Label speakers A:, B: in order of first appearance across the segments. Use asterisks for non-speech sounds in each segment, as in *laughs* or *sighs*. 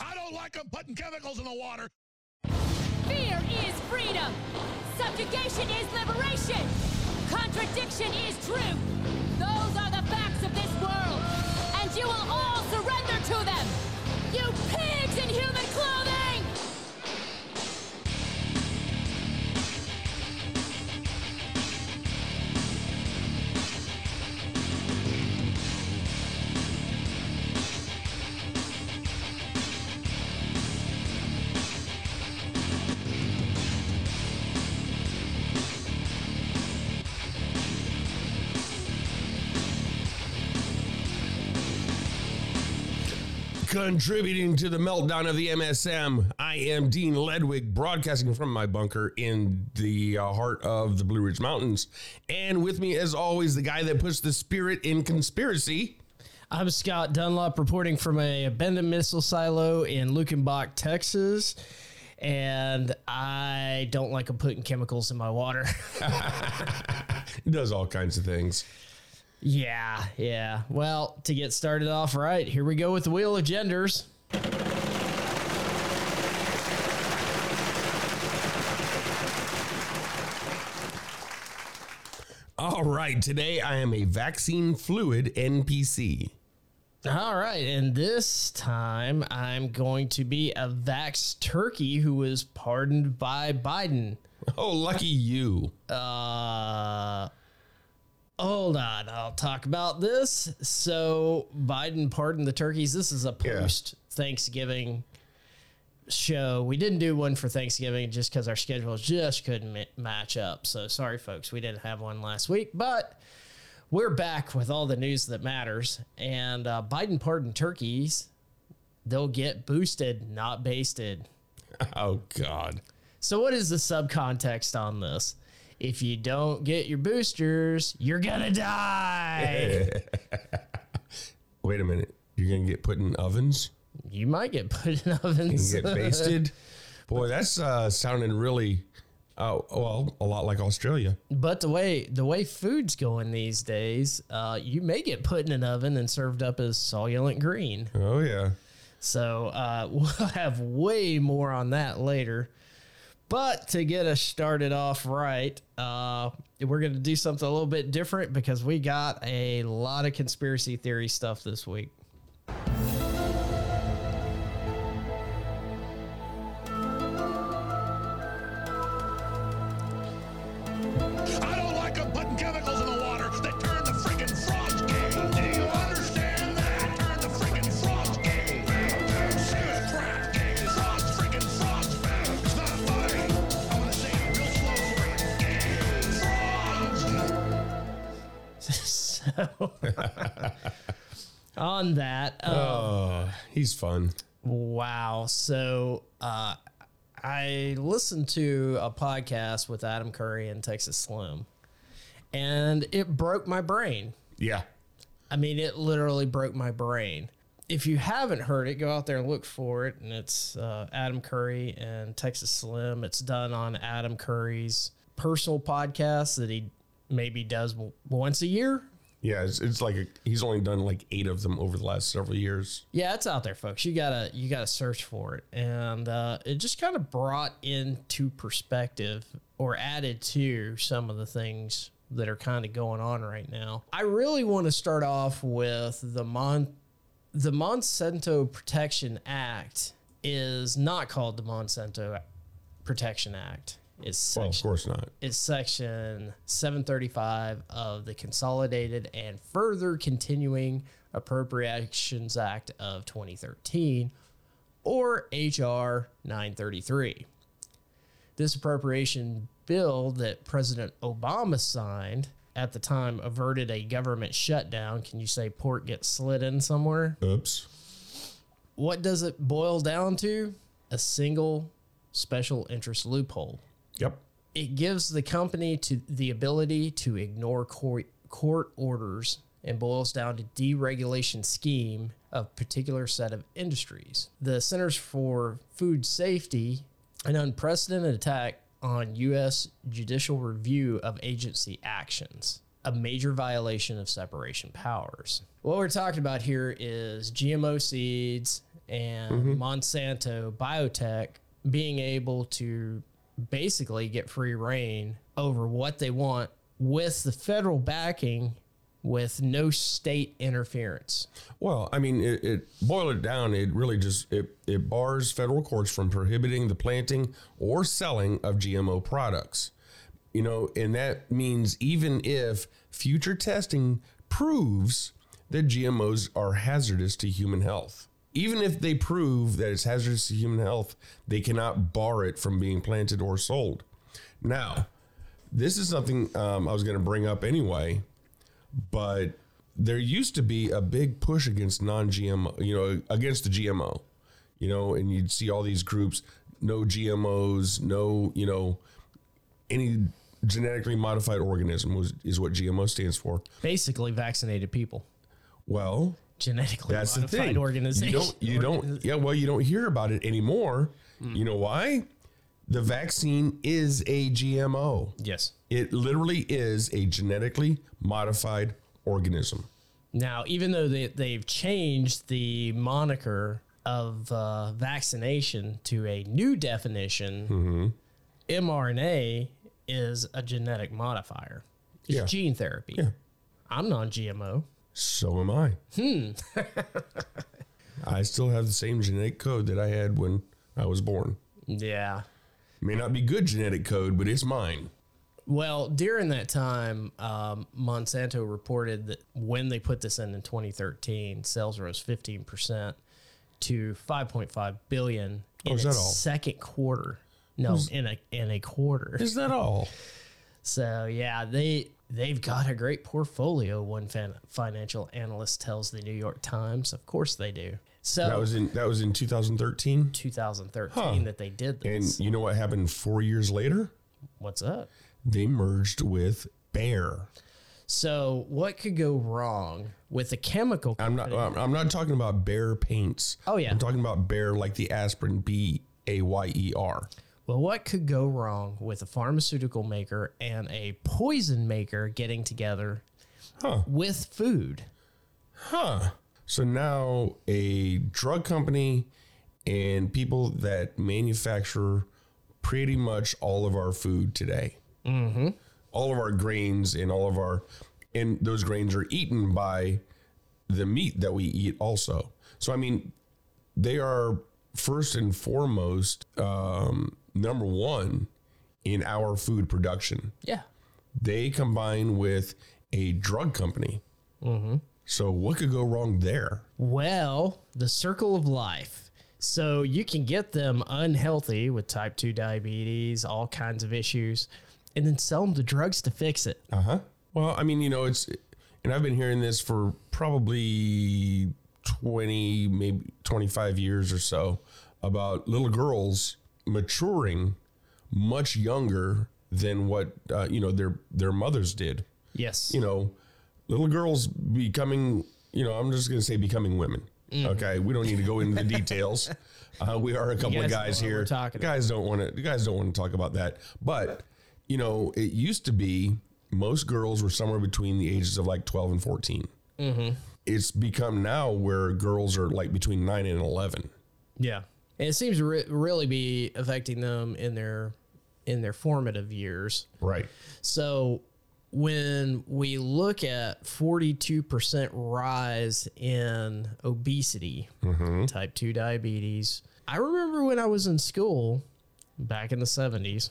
A: I don't like them putting chemicals in the water.
B: Fear is freedom. Subjugation is liberation. Contradiction is truth. Those are the facts of this world. And you will all surrender to them. You pigs in human clothing!
C: Contributing to the meltdown of the MSM, I am Dean Ledwig, broadcasting from my bunker in the uh, heart of the Blue Ridge Mountains. And with me, as always, the guy that puts the spirit in conspiracy.
D: I'm Scott Dunlop reporting from a abandoned missile silo in Lukenbach, Texas. And I don't like them putting chemicals in my water. *laughs*
C: He does all kinds of things.
D: yeah, yeah. Well, to get started off right, here we go with the Wheel of Genders.
C: All right, today I am a vaccine fluid NPC.
D: All right, and this time I'm going to be a vax turkey who was pardoned by Biden.
C: Oh, lucky you.
D: Uh, hold on. I'll talk about this. So Biden pardoned the turkeys. This is a
C: Yeah.
D: post Thanksgiving show. We didn't do one for Thanksgiving just because our schedules just couldn't ma- match up. So sorry, folks. We didn't have one last week, but we're back with all the news that matters. And uh, Biden pardoned turkeys. They'll get boosted, not basted.
C: Oh, God.
D: So, what is the subcontext on this? If you don't get your boosters, you're gonna die.
C: Wait a minute. You're going to get put in ovens?
D: you might get put in *laughs*
C: and *laughs*
D: ovens.
C: get basted. Boy, that's uh, sounding really, uh, well, a lot like Australia.
D: but the way the way food's going these days, uh, you may get put in an oven and served up as solulent green.
C: Oh yeah,
D: So uh, *laughs* we'll have way more on that later. But to get us started off right, uh, we're going to do something a little bit different because we got a lot of conspiracy theory stuff this week.
A: I don't like them putting chemicals in the water. They turn the freaking frogs gay. Do you understand that? Turn the freaking frogs gay. Serious crap gay. Frogs, freaking frogs. It's not funny. I'm gonna say it real slow for you. Gay frogs.
D: so *laughs* on that uh,
C: he's fun.
D: wow so uh, i listened to a podcast with adam curry and texas slim and it broke my brain
C: Yeah,
D: i mean it literally broke my brain if you haven't heard it go out there and look for it and it's uh, adam curry and texas slim it's done on adam curry's personal podcast that he maybe does w- once a year
C: yeah. It's, it's like a, he's only done like eight of them over the last several years.
D: Yeah, it's out there, folks. You gotta you gotta search for it, and uh, it just kind of brought into perspective or added to some of the things that are kind of going on right now. I really want to start off with the Mon the Monsanto Protection Act is not called the Monsanto Protection Act. It's
C: Well,
D: section
C: of course not.
D: is section 735 of the Consolidated and Further Continuing Appropriations Act of 2013, or H.R. 933. This appropriation bill that President Obama signed at the time averted a government shutdown. Can you say pork gets slid in somewhere?
C: Oops.
D: What does it boil down to? A single special interest loophole
C: Yep.
D: it gives the company to the ability to ignore court, court orders and boils down to deregulation scheme of particular set of industries. The Centers for Food Safety, an unprecedented attack on U.S. judicial review of agency actions, a major violation of separation powers. What we're talking about here is GMO seeds and Monsanto Biotech being able to basically get free reign over what they want with the federal backing with no state interference.
C: Well, I mean, it, it boil it down. It really just it, it bars federal courts from prohibiting the planting or selling of GMO products. You know, and that means even if future testing proves that GMOs are hazardous to human health, even if they prove that it's hazardous to human health, they cannot bar it from being planted or sold. Now, this is something um, I was going to bring up anyway but there used to be a big push against non-GMO, you know, against the GMO, you know, and you'd see all these groups, no GMOs, no, you know, any genetically modified organism was, is what GMO stands for.
D: Basically vaccinated people.
C: Well,
D: Genetically
C: that's the
D: modified
C: thing.
D: organization.
C: You don't, you don't, yeah, well, you don't hear about it anymore. You know why? The vaccine is a GMO.
D: Yes.
C: It literally is a genetically modified organism.
D: Now, even though they, they've changed the moniker of uh, vaccination to a new definition,
C: Mm-hmm.
D: mRNA is a genetic modifier. It's
C: Yeah.
D: gene therapy. I'm non GMO.
C: So am I. Hmm. *laughs* I still have the same genetic code that I had when I was born.
D: Yeah.
C: May not be good genetic code, but it's mine.
D: Well, during that time, um, Monsanto reported that when they put this in in 2013, sales rose 15% to 5.5 billion in
C: Oh, is
D: its
C: that all?
D: second quarter. No, in a in a quarter.
C: Is that all?
D: So yeah, they they've got a great portfolio. One fan, financial analyst tells the New York Times. Of course they do. So
C: That was in that was in 2013.
D: 2013
C: Huh.
D: that they did
C: And
D: this.
C: you know what happened 4 years later?
D: What's up?
C: They merged with Bayer.
D: So what could go wrong with a chemical?
C: I'm not I'm I'm not talking about Bayer paints.
D: Oh, yeah.
C: I'm talking about Bayer like the aspirin B A Y E R.
D: well, what could go wrong with a pharmaceutical maker and a poison maker getting together
C: Huh.
D: with food?
C: Huh. So now a drug company and people that manufacture pretty much all of our food today, mm-hmm. all of our grains and all of our, and those grains are eaten by the meat that we eat also. So, I mean, they are first and foremost, um, number one in our food production
D: Yeah.
C: they combine with a drug company. So what could go wrong there?
D: Well, the circle of life. So you can get them unhealthy with type 2 diabetes, all kinds of issues, and then sell them the drugs to fix it.
C: Uh huh. Well, I mean, you know, it's, and I've been hearing this for probably 20, maybe 25 years or so about little girls maturing much younger than what, uh, you know, their, their mothers did.
D: Yes.
C: you know, little girls becoming, you know, I'm just going to say becoming women.
D: Mm-hmm.
C: Okay. We don't need to go into the
D: *laughs*
C: details. Uh, we are a couple of
D: guys know
C: guys
D: what
C: here.
D: we're talking about.
C: guys don't want to, you guys don't want to talk about that. But, you know, it used to be most girls were somewhere between the ages of like 12 and 14.
D: Mm-hmm.
C: It's become now where girls are like between nine and 11.
D: yeah. And it seems to re- really be affecting them in their in their formative years.
C: Right.
D: So when we look at 42% rise in obesity,
C: Mm-hmm.
D: type 2 diabetes, I remember when I was in school back in the 70s,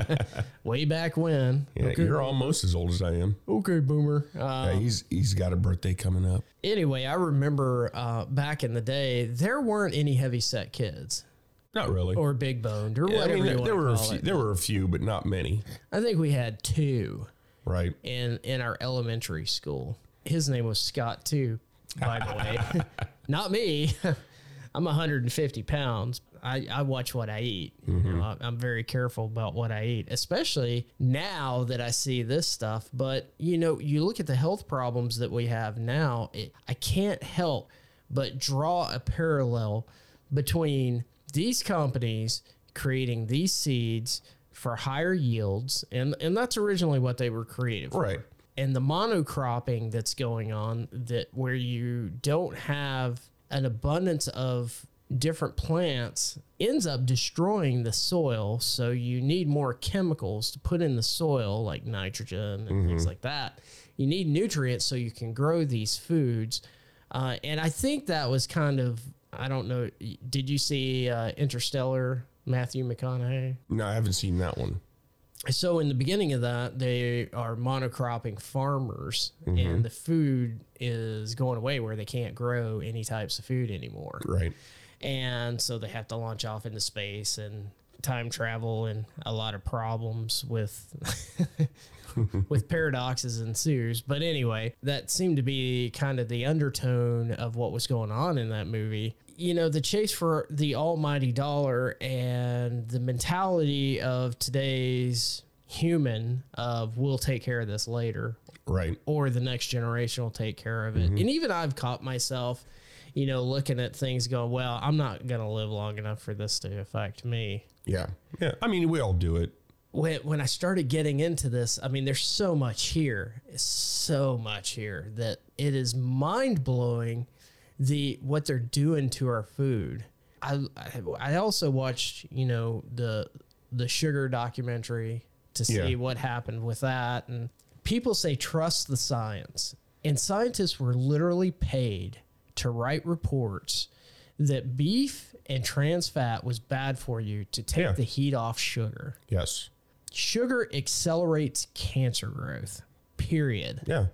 D: *laughs* way back when.
C: Mm-hmm. Yeah, You're almost as old as I am.
D: Okay, boomer. Uh,
C: Yeah, he's he's got a birthday coming up.
D: anyway, I remember uh, back in the day, there weren't any heavy set kids.
C: Not really.
D: Or big boned, or
C: I
D: whatever
C: mean,
D: you
C: there,
D: want
C: there
D: to
C: were a
D: call
C: few,
D: it.
C: there were a few, but not many.
D: I think we had two.
C: Right.
D: in in our elementary school. His name was Scott too, by the way. Not me. *laughs* I'm 150 pounds. I, I watch what I eat. You know, I, I'm very careful about what I eat, especially now that I see this stuff. But you know, you look at the health problems that we have now. It, I can't help but draw a parallel between these companies creating these seeds for higher yields, and and that's originally what they were created for
C: Right.
D: and the monocropping that's going on that where you don't have an abundance of different plants ends up destroying the soil. So you need more chemicals to put in the soil, like nitrogen and things like that. You need nutrients so you can grow these foods. Uh, and I think that was kind of, I don't know, did you see uh, Interstellar, Matthew McConaughey?
C: No, I haven't seen that one.
D: so in the beginning of that they are monocropping farmers and the food is going away where they can't grow any types of food anymore
C: Right.
D: and so they have to launch off into space and time travel and a lot of problems with *laughs* with paradoxes ensues but anyway that seemed to be kind of the undertone of what was going on in that movie you know the chase for the almighty dollar and the mentality of today's human of we'll take care of this later
C: Right.
D: or the next generation will take care of it. And even I've caught myself, you know, looking at things going, well, I'm not going to live long enough for this to affect me.
C: Yeah. Yeah. I mean, we all do it.
D: When, when I started getting into this, I mean, there's so much here, so much here that it is mind blowing the what they're doing to our food. I I- I also watched you know the the sugar documentary to see
C: Yeah.
D: what happened with that, and people say trust the science, and scientists were literally paid to write reports that beef and trans fat was bad for you to take
C: Yeah.
D: the heat off sugar
C: Yes.
D: sugar accelerates cancer growth. Period.
C: Yeah.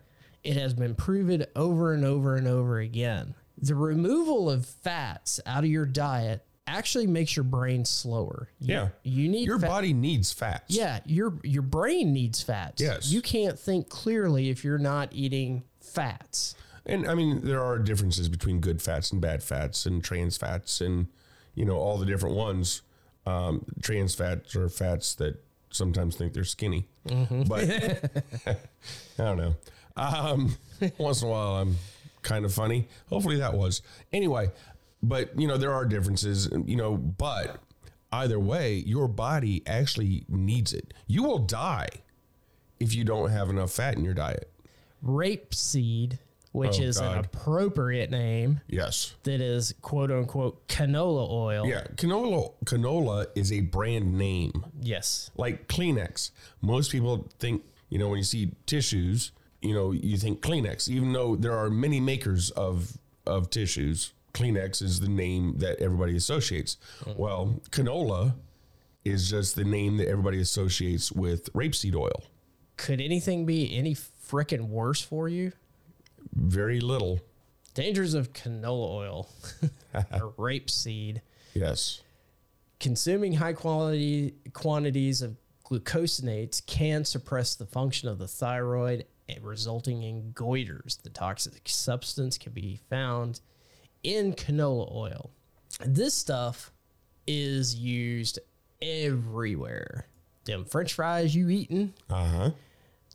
D: It has been proven over and over and over again. The removal of fats out of your diet actually makes your brain slower. You-
C: Yeah.
D: You need
C: Your
D: fat-
C: body needs fats.
D: Yeah, your your brain needs fats.
C: Yes.
D: You can't think clearly if you're not eating fats.
C: And I mean, there are differences between good fats and bad fats and trans fats and, you know, all the different ones. Um, trans fats are fats that sometimes think they're skinny. But I don't know. Um, once in a while, I'm kind of funny. Hopefully that was. Anyway, but, you know, there are differences, you know, but either way, your body actually needs it. You will die if you don't have enough fat in your diet.
D: Rapeseed, which
C: Oh,
D: is an
C: God.
D: appropriate name
C: Yes.
D: that is quote unquote canola oil.
C: Yeah, canola canola is a brand name.
D: Yes.
C: Like Kleenex. Most people think, you know, when you see tissues, you know, you think Kleenex, even though there are many makers of of tissues. Kleenex is the name that everybody associates. Well, canola is just the name that everybody associates with rapeseed oil.
D: Could anything be any frickin' worse for you?
C: Very little.
D: Dangers of canola oil *laughs* or rapeseed.
C: Yes.
D: Consuming high quality quantities of glucosinates can suppress the function of the thyroid, eh, resulting in goiters. The toxic substance can be found in canola oil. This stuff is used everywhere. Them french fries you eating,
C: Uh-huh.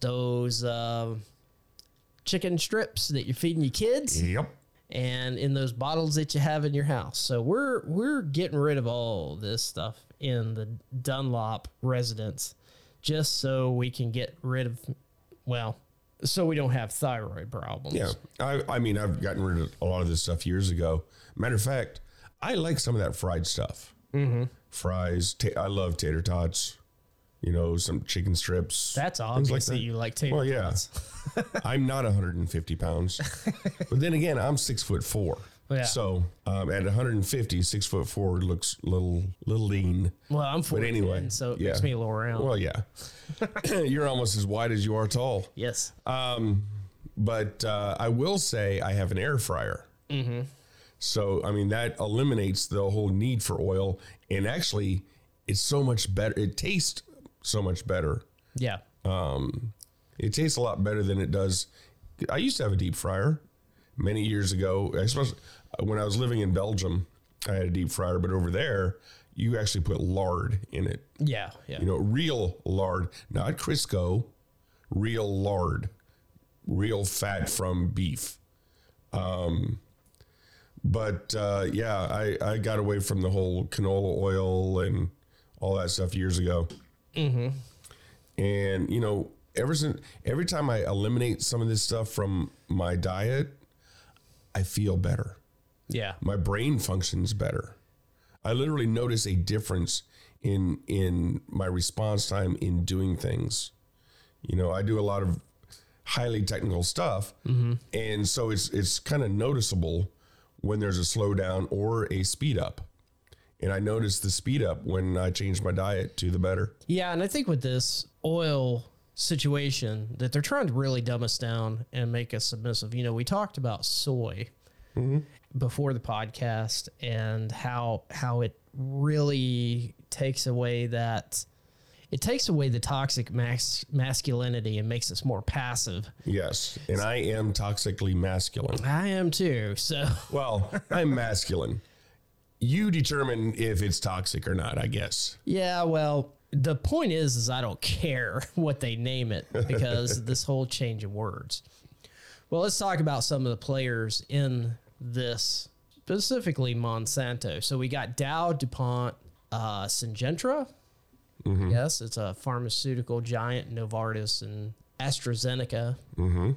D: those um chicken strips that you're feeding your kids
C: Yep.
D: and in those bottles that you have in your house. So we're we're getting rid of all this stuff in the Dunlop residence just so we can get rid of well, so we don't have thyroid problems.
C: Yeah. I, I mean, I've gotten rid of a lot of this stuff years ago. Matter of fact, I like some of that fried stuff. Mm-hmm. Fries. ta- I love tater tots. You know, some chicken strips.
D: That's
C: things
D: obvious that. you like tater
C: Well, yeah.
D: tots. *laughs*
C: I'm not 150 pounds, but then again, I'm six foot four.
D: Yeah.
C: So um, at 150, six foot four looks little little lean.
D: Well, I'm 14,
C: anyway,
D: so it
C: yeah.
D: makes me lower round.
C: Well, yeah. *coughs* You're almost as wide as you are tall.
D: yes.
C: Um, but uh, I will say I have an air fryer. So I mean that eliminates the whole need for oil, and actually, it's so much better. It tastes so much better.
D: yeah.
C: It tastes a lot better than it does. I used to have a deep fryer many years ago. I suppose uh, when I was living in Belgium, I had a deep fryer, but over there, you actually put lard in it.
D: Yeah. Yeah.
C: You know, real lard, not Crisco, real lard, real fat from beef. Um, but uh, yeah, I, I got away from the whole canola oil and all that stuff years ago. And you know, ever since every time I eliminate some of this stuff from my diet, I feel better.
D: Yeah.
C: my brain functions better. I literally notice a difference in in my response time in doing things. You know, I do a lot of highly technical stuff, and so it's it's kind of noticeable when there's a slowdown or a speed up. And I noticed the speed up when I changed my diet to the better.
D: Yeah, and I think with this oil situation that they're trying to really dumb us down and make us submissive. You know, we talked about soy Mm-hmm. before the podcast and how how it really takes away that it takes away the toxic mas- masculinity and makes us more passive.
C: Yes, and I am toxically masculine.
D: I am too. So
C: Well, I'm masculine. You determine if it's toxic or not, I guess.
D: Yeah, well, the point is, is I don't care *laughs* what they name it because this whole change of words. Well, let's talk about some of the players in this, specifically Monsanto. So we got Dow, DuPont, uh, Syngenta. Yes, it's a pharmaceutical giant, Novartis and AstraZeneca.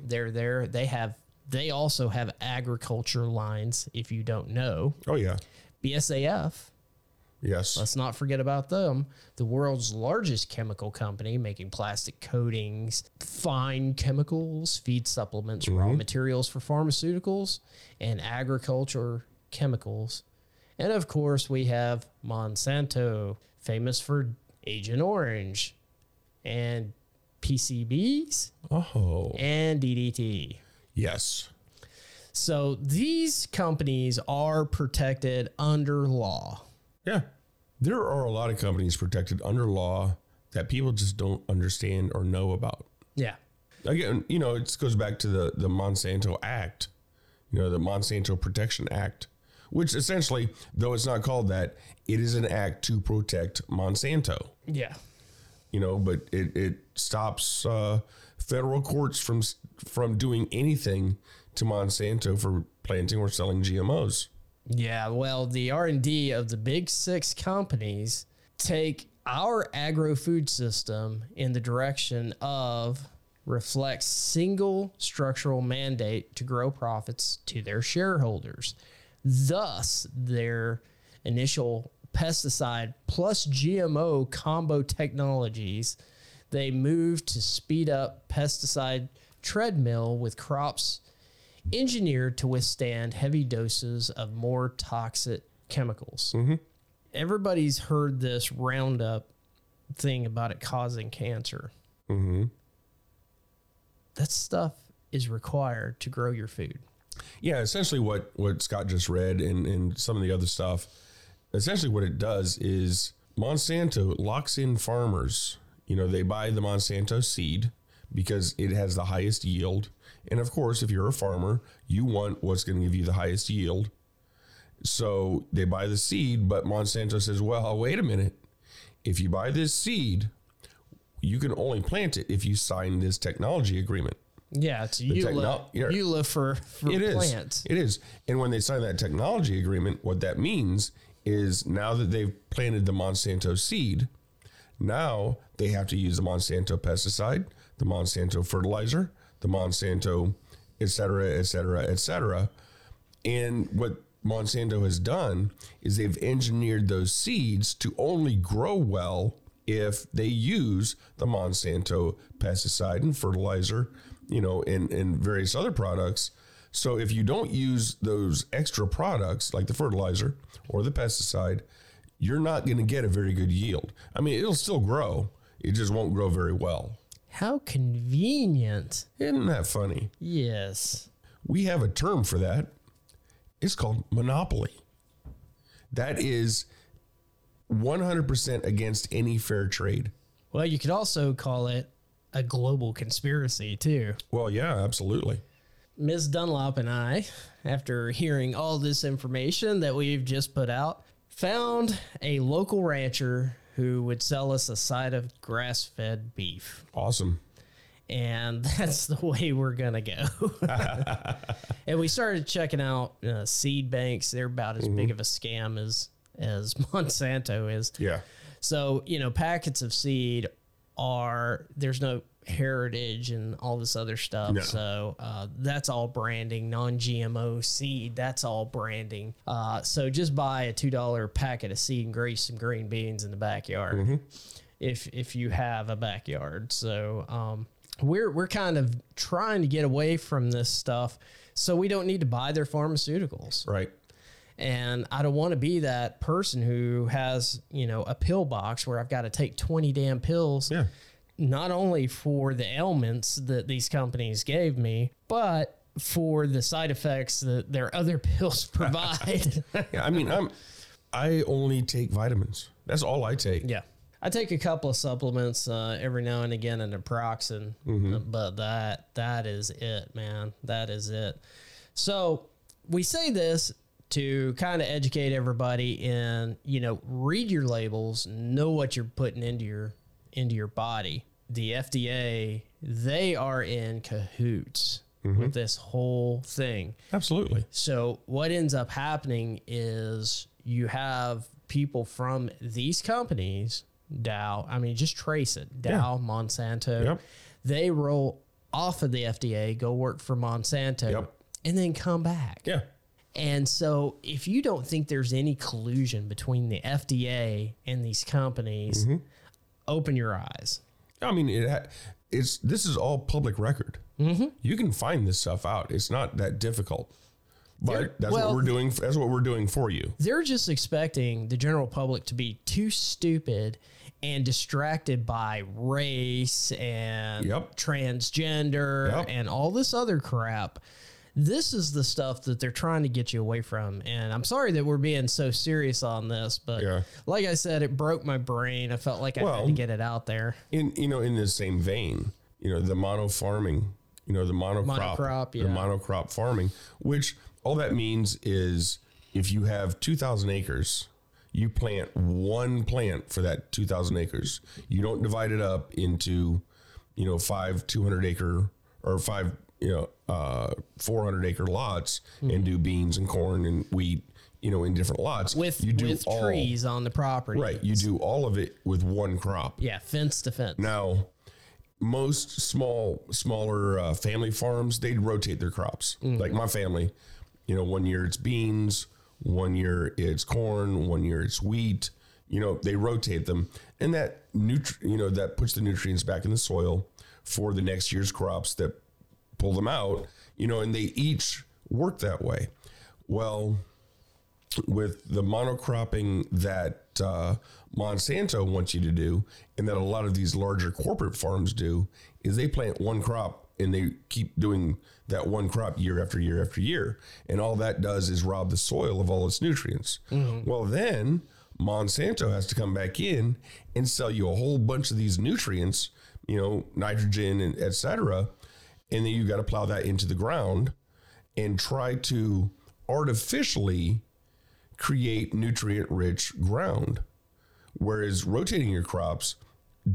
D: They're there. They have. They also have agriculture lines. If you don't know,
C: Oh yeah.
D: BSAF
C: Yes.
D: Let's not forget about them. The world's largest chemical company making plastic coatings, fine chemicals, feed supplements, raw materials for pharmaceuticals, and agriculture chemicals. And of course, we have Monsanto, famous for Agent Orange and PCBs
C: Oh.
D: and DDT.
C: Yes.
D: So these companies are protected under law.
C: Yeah. There are a lot of companies protected under law that people just don't understand or know about.
D: Yeah.
C: Again, you know, it just goes back to the the Monsanto Act, you know, the Monsanto Protection Act, which essentially, though it's not called that, it is an act to protect Monsanto.
D: Yeah.
C: you know, but it, it stops uh, federal courts from from doing anything to Monsanto for planting or selling GMOs.
D: Yeah, well, the R&D of the big 6 companies take our agro-food system in the direction of reflects single structural mandate to grow profits to their shareholders. Thus, their initial pesticide plus GMO combo technologies, they move to speed up pesticide treadmill with crops engineered to withstand heavy doses of more toxic chemicals.
C: Mm-hmm.
D: Everybody's heard this Roundup thing about it causing cancer.
C: Mm-hmm.
D: That stuff is required to grow your food.
C: Yeah, essentially what what Scott just read and and some of the other stuff. Essentially, what it does is Monsanto locks in farmers. You know, they buy the Monsanto seed because it has the highest yield, and of course, if you're a farmer, you want what's going to give you the highest yield. So they buy the seed, but Monsanto says, "Well, wait a minute. If you buy this seed, you can only plant it if you sign this technology agreement."
D: Yeah, it's you
C: techno- yeah.
D: you live for, for
C: It is.
D: plants.
C: It is. And when they sign that technology agreement, what that means is now that they've planted the Monsanto seed, now they have to use the Monsanto pesticide, the Monsanto fertilizer, the Monsanto, et cetera, et cetera, et cetera. And what Monsanto has done is they've engineered those seeds to only grow well if they use the Monsanto pesticide and fertilizer, you know, and, and various other products. So if you don't use those extra products like the fertilizer or the pesticide, you're not going to get a very good yield. I mean, it'll still grow, it just won't grow very well.
D: How convenient.
C: Isn't that funny?
D: Yes.
C: We have a term for that. It's called monopoly. That is 100% against any fair trade.
D: Well, you could also call it a global conspiracy too.
C: Well, yeah, absolutely.
D: Ms. Dunlop and I, after hearing all this information that we've just put out, found a local rancher who would sell us a side of grass fed beef.
C: Awesome.
D: And *laughs* that's the way we're going to go. and we started checking out uh, seed banks. They're about as big of a scam as, *laughs* as Monsanto is.
C: Yeah.
D: So, you know, packets of seed are there's no heritage and all this other stuff.
C: No.
D: So uh, that's all branding, non-GMO seed. That's all branding. Uh, so just buy a two dollar packet of seed and grease some green beans in the backyard, if if you have a backyard. So um, we're we're kind of trying to get away from this stuff, so we don't need to buy their pharmaceuticals
C: Right.
D: and I don't want to be that person who has you know a pill box where I've got to take twenty damn pills.
C: Yeah.
D: Not only for the ailments that these companies gave me, but for the side effects that their other *laughs* pills provide.
C: Yeah. I mean, I'm. I only take vitamins. That's all I take.
D: yeah. I take a couple of supplements uh, every now and again, and naproxen, but that that is it, man. That is it. So we say this to kind of educate everybody in, you know, read your labels, know what you're putting into your into your body. The FDA, they are in cahoots with this whole thing.
C: Absolutely.
D: So what ends up happening is you have people from these companies, Dow, I mean just trace it, Dow, Monsanto.
C: Yep.
D: They roll off of the FDA, go work for Monsanto,
C: Yep.
D: and then come back.
C: Yeah.
D: And so, if you don't think there's any collusion between the FDA and these companies,
C: Mm-hmm.
D: open your eyes.
C: I mean, it. ha- It's this is all public record. Mm-hmm. You can find this stuff out. It's not that difficult. But
D: There-
C: that's
D: well-
C: what we're doing. That's what we're doing for you.
D: They're just expecting the general public to be too stupid and distracted by race and
C: Yep.
D: transgender
C: Yep.
D: and all this other crap. This is the stuff that they're trying to get you away from. And I'm sorry that we're being so serious on this, but
C: Yeah.
D: like I said, it broke my brain. I felt like I had
C: Well-
D: to get it out there.
C: in you know in the same vein you know the mono farming you know the monocrop,
D: Monocrop, yeah.
C: the monocrop farming which all that means is if you have 2000 acres you plant one plant for that 2000 acres you don't divide it up into you know five 200 acre or five you know uh 400 acre lots
D: Hmm.
C: and do beans and corn and wheat you know in different lots
D: with
C: you do
D: with
C: all-
D: trees on the property.
C: right you do all of it with one crop
D: Yeah, fence to fence.
C: now, most small, smaller uh, family farms, they'd rotate their crops. Like my family, you know, one year it's beans, one year it's corn, one year it's wheat. You know, they rotate them, and that nutri- you know, that puts the nutrients back in the soil for the next year's crops that pull them out. You know, and they each work that way. Well, with the monocropping that uh, Monsanto wants you to do, and that a lot of these larger corporate farms do, is they plant one crop and they keep doing that one crop year after year after year. And all that does is rob the soil of all its nutrients. Well, then Monsanto has to come back in and sell you a whole bunch of these nutrients, you know, nitrogen and et cetera. And then you got to plow that into the ground and try to artificially create nutrient rich ground whereas rotating your crops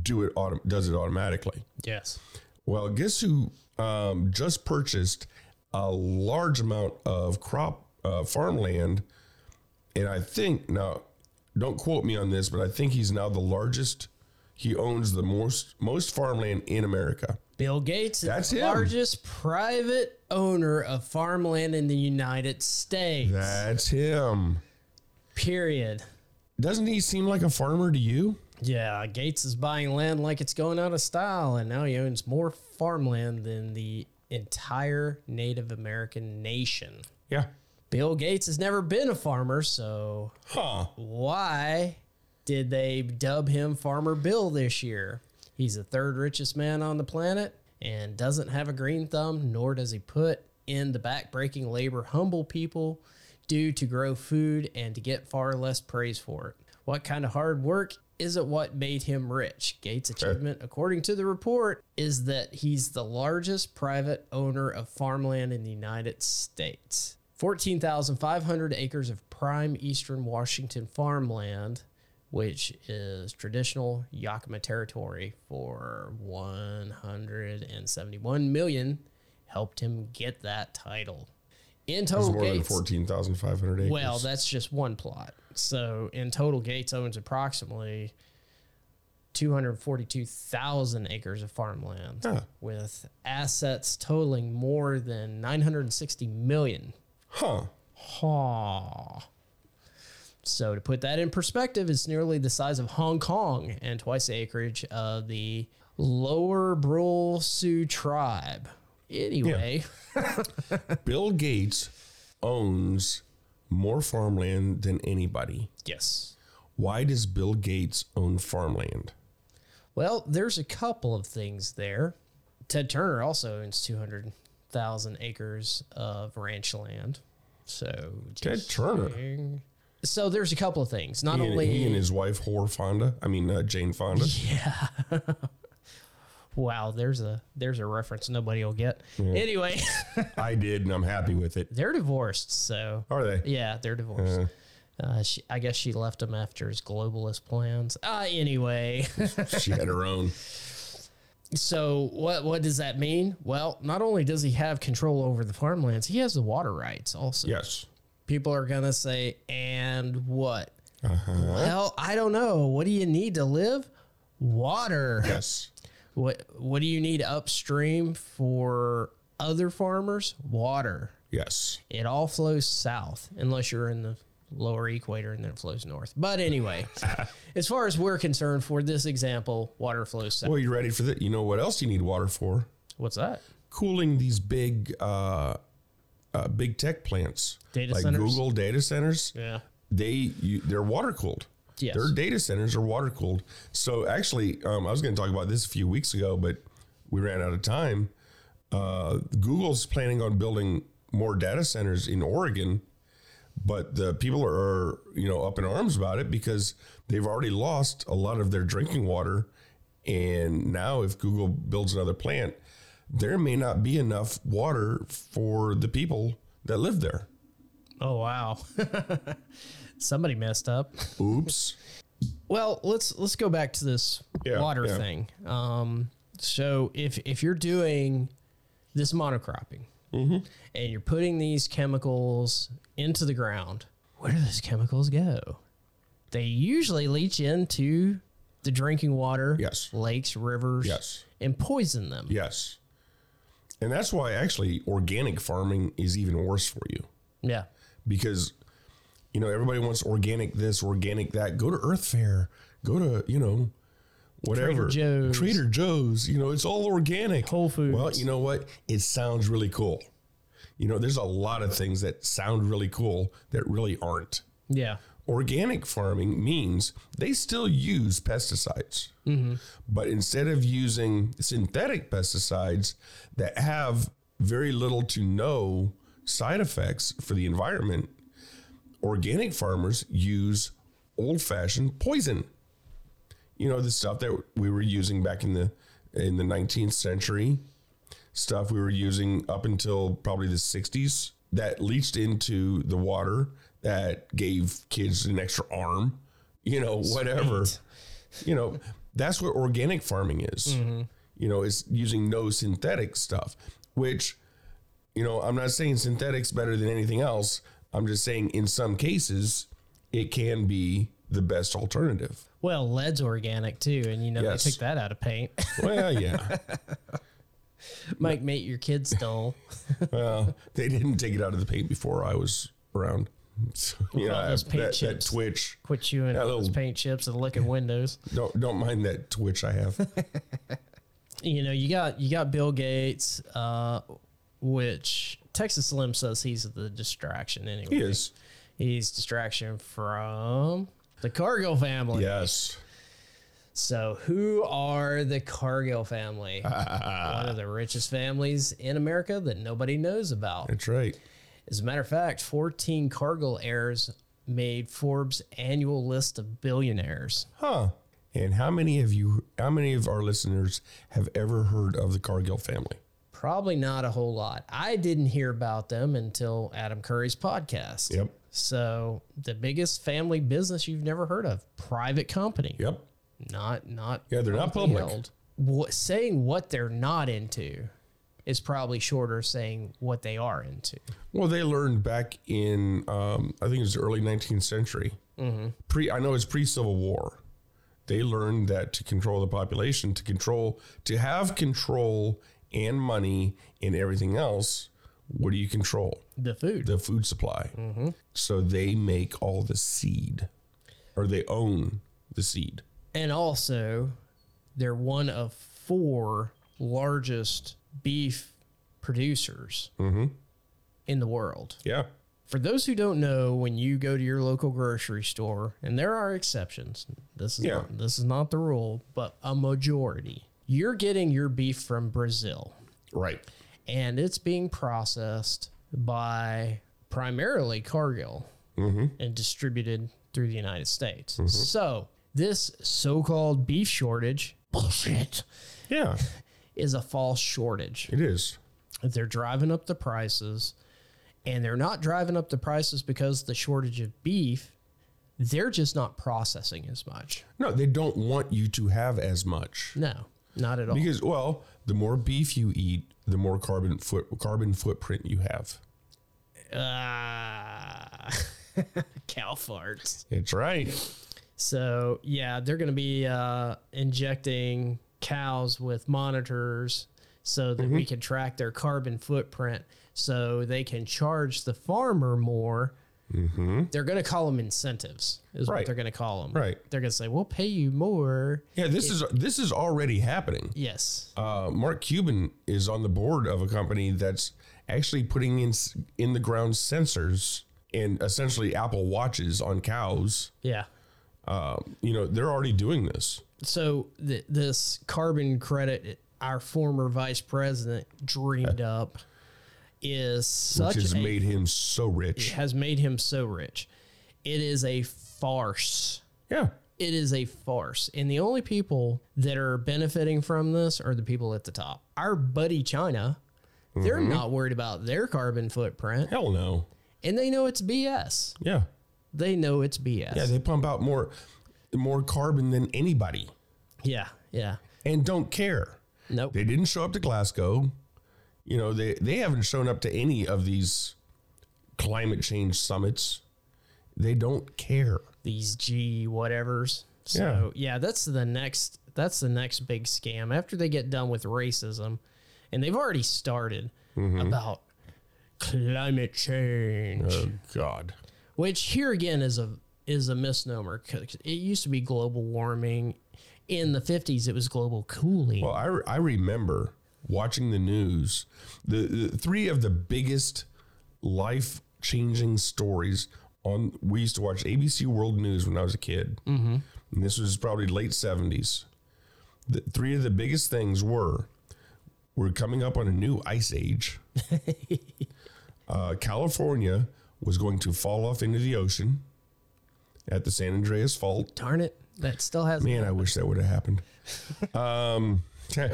C: do it autom- does it automatically
D: Yes.
C: well guess who um, just purchased a large amount of crop uh, farmland and i think now don't quote me on this but i think he's now the largest he owns the most most farmland in america
D: Bill Gates is
C: That's
D: the
C: him.
D: largest private owner of farmland in the United States.
C: that's him
D: period.
C: doesn't he seem like a farmer to you
D: Yeah, Gates is buying land like it's going out of style, and now he owns more farmland than the entire Native American nation.
C: yeah
D: Bill Gates has never been a farmer, so
C: huh
D: why did they dub him Farmer Bill this year? He's the third richest man on the planet and doesn't have a green thumb, nor does he put in the backbreaking labor humble people do to grow food and to get far less praise for it. What kind of hard work isn't what made him rich? Gates' achievement, according to the report, is that he's the largest private owner of farmland in the United States. 14,500 acres of prime eastern Washington farmland, which is traditional Yakima territory for 171 million, helped him get that title. In total,
C: It's more than
D: Gates-
C: 14,500 acres.
D: well, that's just one plot. So in total, Gates owns approximately 242,000 acres of farmland
C: Huh.
D: with assets totaling more than 960 million.
C: Huh.
D: Ha. So to put that in perspective, it's nearly the size of Hong Kong and twice the acreage of the Lower Brule Sioux tribe. Anyway,
C: Bill Gates owns more farmland than anybody.
D: yes.
C: Why does Bill Gates own farmland?
D: Well, there's a couple of things there. Ted Turner also owns 200,000 acres of ranch land. So,
C: Ted Turner.
D: saying. So, there's a couple of things. Not
C: He and,
D: only.
C: he and his wife, Whore Fonda. I mean, uh, Jane Fonda.
D: wow, there's a there's a reference nobody will get. Anyway, *laughs*
C: I did, and I'm happy with it.
D: they're divorced. So,
C: Are they?
D: yeah, they're divorced.
C: Uh.
D: Uh, she, I guess she left him after his globalist plans. Uh, anyway. *laughs*
C: She had her own.
D: So what what does that mean? Well, not only does he have control over the farmlands, he has the water rights also.
C: Yes.
D: People are gonna say, and what?
C: Uh-huh.
D: Well, I don't know. What do you need to live? Water.
C: Yes.
D: What what do you need upstream for other farmers? Water.
C: Yes.
D: It all flows south, unless you're in the lower equator and then it flows north. But anyway, as far as we're concerned, for this example, water flows south.
C: Well, you ready for that? You know what else you need water for?
D: What's that?
C: Cooling these big, uh, uh, big tech plants,
D: Data
C: like
D: centers?
C: Google data centers.
D: Yeah.
C: they you, they're water cooled.
D: Yes.
C: Their data centers are water cooled. So actually, um, I was going to talk about this a few weeks ago, but we ran out of time. Uh, Google's planning on building more data centers in Oregon, but the people are you know up in arms about it because they've already lost a lot of their drinking water, and now if Google builds another plant, there may not be enough water for the people that live there.
D: Oh wow. *laughs* Somebody messed up.
C: Oops.
D: Well, let's let's go back to this
C: Yeah,
D: water
C: yeah.
D: thing. Um, so if if you're doing this monocropping
C: Mm-hmm.
D: and you're putting these chemicals into the ground, where do those chemicals go? They usually leach into the drinking water,
C: Yes.
D: lakes, rivers,
C: Yes.
D: and poison them.
C: Yes. And that's why actually organic farming is even worse for you
D: Yeah.
C: because you know everybody wants organic this, organic that. Go to Earth Fair, go to, you know, whatever.
D: Trader Joe's.
C: Trader Joe's, you know, it's all organic.
D: Whole Foods.
C: Well, you know what? It sounds really cool. You know, there's a lot of things that sound really cool that really aren't.
D: Yeah.
C: Organic farming means they still use pesticides, but instead of using synthetic pesticides that have very little to no side effects for the environment, organic farmers use old fashioned poison. You know, the stuff that we were using back in the in the 19th century, stuff we were using up until probably the 60s that leached into the water that gave kids an extra arm, you know, whatever. You know, that's what organic farming is. You know, it's using no synthetic stuff, which, you know, I'm not saying synthetics better than anything else. I'm just saying in some cases, it can be the best alternative.
D: Well, lead's organic too, and you know
C: Yes.
D: they took that out of paint. *laughs*
C: Well, yeah.
D: Might make your kids dull.
C: Well, they didn't take it out of the paint before I was around. So, you know,
D: all those paint
C: that, that
D: chips.
C: twitch.
D: Quit chewing
C: That
D: all those
C: little-
D: paint chips and licking windows.
C: Don't don't mind that twitch I
D: *laughs*
C: have.
D: You know, you got you got Bill Gates, uh, which Texas Slim says he's the distraction anyway.
C: He is.
D: He's distraction from the Cargill family.
C: Yes.
D: So who are the
C: *laughs*
D: Cargill family? One of the richest families in America that nobody knows about.
C: That's right.
D: As a matter of fact, 14 Cargill heirs made Forbes' annual list of billionaires.
C: Huh. And how many of you how many of our listeners have ever heard of the Cargill family?
D: Probably not a whole lot. I didn't hear about them until Adam Curry's podcast.
C: Yep.
D: So the biggest family business you've never heard of, private company.
C: Yep.
D: Not not
C: Yeah, they're not
D: publicly
C: public.
D: held. What, saying what they're not into is probably shorter saying what they are into.
C: Well, they learned back in um, I think it was the early 19th century. Pre, I know it's pre Civil War. they learned that to control the population, to control, to have control and money and everything else, what do you control?
D: The food.
C: The food supply. So they make all the seed, or they own the seed.
D: and also they're one of four largest beef producers
C: Mm-hmm.
D: in the world.
C: Yeah.
D: For those who don't know, when you go to your local grocery store, and there are exceptions, this is
C: Yeah.
D: not, this is not the rule, but a majority, you're getting your beef from Brazil,
C: Right.
D: and it's being processed by primarily Cargill and distributed through the United States. So this so-called beef shortage bullshit
C: Yeah.
D: is a false shortage.
C: It is.
D: They're driving up the prices, and they're not driving up the prices because of the shortage of beef. They're just not processing as much.
C: No, they don't want you to have as much.
D: No, not at all.
C: Because well, the more beef you eat, the more carbon foot carbon footprint you have.
D: Ah, *laughs* cow farts.
C: It's right.
D: So yeah, they're going to be uh, injecting cows with monitors so that
C: Mm-hmm.
D: we can track their carbon footprint, so they can charge the farmer more. They're going to call them incentives, is
C: Mm-hmm. Right.
D: what they're going to call them.
C: Right.
D: They're going to say we'll pay you more.
C: Yeah, this is this is already happening.
D: Yes.
C: Uh, Mark Cuban is on the board of a company that's actually putting in s- in the ground sensors and essentially Apple watches on cows.
D: Yeah.
C: Uh, you know, they're already doing this.
D: So th- this carbon credit our former vice president dreamed up is such
C: which has
D: a
C: made him so rich.
D: has made him so rich. It is a farce.
C: Yeah.
D: It is a farce. And the only people that are benefiting from this are the people at the top. Our buddy China, they're
C: Mm-hmm.
D: not worried about their carbon footprint
C: Hell no.
D: and they know it's BS.
C: Yeah.
D: They know it's BS.
C: Yeah,
D: Yeah.
C: they pump out more more carbon than anybody
D: yeah,
C: and don't care.
D: Nope.
C: They didn't show up to Glasgow. You know, they, they haven't shown up to any of these climate change summits. They don't care.
D: These G whatevers. So yeah. that's the next that's the next big scam after they get done with racism and they've already started
C: Mm-hmm.
D: about climate change.
C: Oh God.
D: which here again is a is a misnomer 'cause it used to be global warming in the 50s it was global cooling
C: Well, I, re- I remember watching the news. The, the three of the biggest life changing stories on we used to watch ABC World News when I was a kid, mm-hmm. and this was probably late seventies. The three of the biggest things were we're coming up on a new ice age. uh, California was going to fall off into the ocean at the San Andreas Fault.
D: darn it that still hasn't
C: Man, I wish that would have
D: *laughs*
C: happened. Um,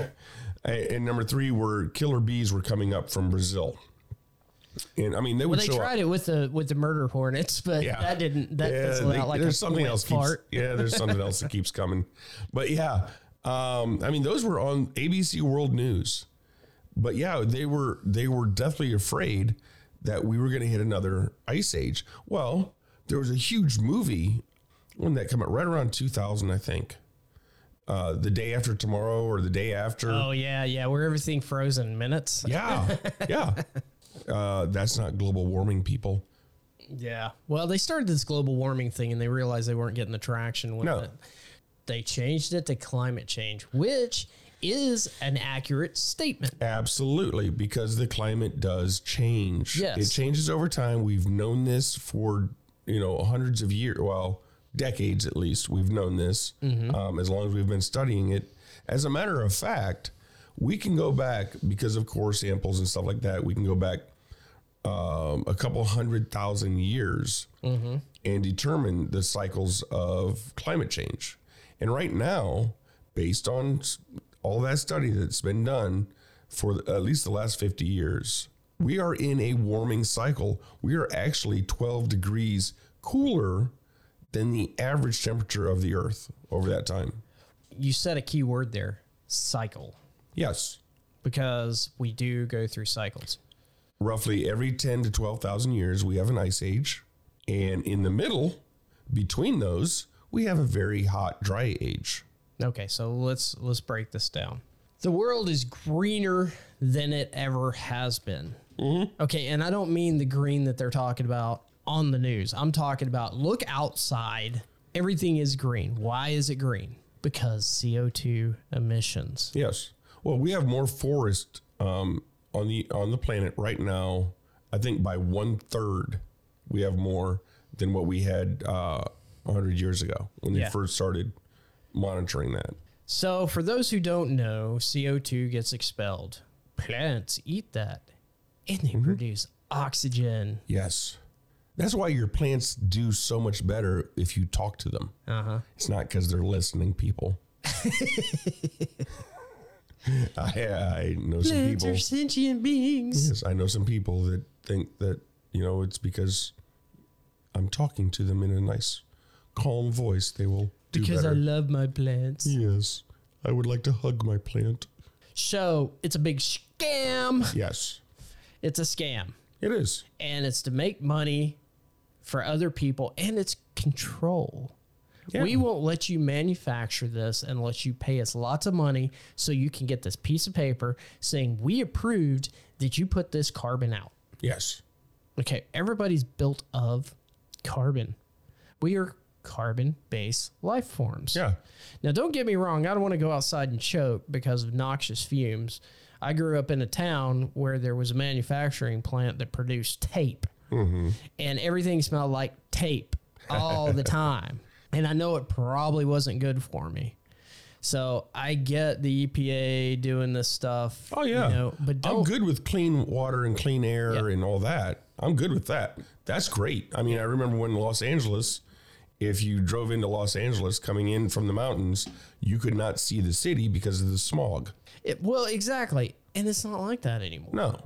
C: *laughs* and number three were killer bees were coming up from Brazil, and I mean they would
D: well, they
C: show
D: tried
C: up.
D: it with the with the murder hornets but
C: Yeah.
D: that didn't that
C: Yeah,
D: fizzled
C: they-
D: out like
C: there's
D: a
C: something
D: wet
C: else. Keeps,
D: fart.
C: yeah, there's something else that keeps coming, but yeah, um, I mean those were on ABC World News, but yeah, they were they were deathly afraid that we were going to hit another ice age. Well, there was a huge movie when that came out right around 2000, I think. Uh, the day after tomorrow or the day after.
D: oh yeah yeah where everything froze in minutes
C: Yeah,
D: *laughs*
C: yeah. Uh, that's not global warming, people.
D: yeah well they started this global warming thing and they realized they weren't getting the traction with
C: No.
D: it they changed it to climate change which is an accurate statement
C: Absolutely, because the climate does change.
D: Yes.
C: it changes over time. We've known this for you know hundreds of years, well, decades at least. We've known this um, as long as we've been studying it. As a matter of fact, we can go back because of core samples and stuff like that. We can go back um, a couple hundred thousand years and determine the cycles of climate change. And right now, based on s- all that study that's been done for the- at least the last 50 years, we are in a warming cycle. We are actually 12 degrees cooler than the average temperature of the earth over that time.
D: you said a key word there cycle
C: Yes,
D: because we do go through cycles
C: roughly every 10 to 12,000 years, we have an ice age. And in the middle, between those, we have a very hot, dry age.
D: Okay, so let's let's break this down. The world is greener than it ever has been.
C: Mm-hmm.
D: Okay, and I don't mean the green that they're talking about on the news. I'm talking about look outside. Everything is green. Why is it green? Because CO2 emissions.
C: Yes. Well, we have more forest um, on the on the planet right now. I think by one third, we have more than what we had uh, 100 years ago when they
D: Yeah.
C: first started monitoring that.
D: So, for those who don't know, CO2 gets expelled. Plants eat that and
C: Mm-hmm.
D: they produce oxygen.
C: Yes. That's why your plants do so much better if you talk to them. Uh-huh. It's not because they're listening,
D: *laughs*
C: people. I, I know some
D: Plants
C: people.
D: are sentient beings.
C: Yes, I know some people that think that you know it's because I'm talking to them in a nice, calm voice. They will do
D: Because I
C: better.
D: love my plants.
C: yes, I would like to hug my plant.
D: So it's a big scam.
C: Yes,
D: It's a scam.
C: it is.
D: And it's to make money for other people and it's control. We won't let you manufacture this unless you pay us lots of money so you can get this piece of paper saying we approved that you put this carbon out.
C: Yes,
D: Okay, everybody's built of carbon. We are carbon based life forms.
C: yeah,
D: Now, don't get me wrong, I don't want to go outside and choke because of noxious fumes. I grew up in a town where there was a manufacturing plant that produced tape,
C: Mm-hmm.
D: and everything smelled like
C: *laughs*
D: tape all the time. And I know it probably wasn't good for me. So I get the EPA doing this stuff.
C: Oh, yeah.
D: you know, but
C: I'm
D: don't
C: good with clean water and clean air
D: Yeah.
C: and all that. I'm good with that. That's great. I mean, I remember when Los Angeles. If you drove into Los Angeles coming in from the mountains, you could not see the city because of the smog.
D: It, well, exactly. And it's not like that anymore.
C: No.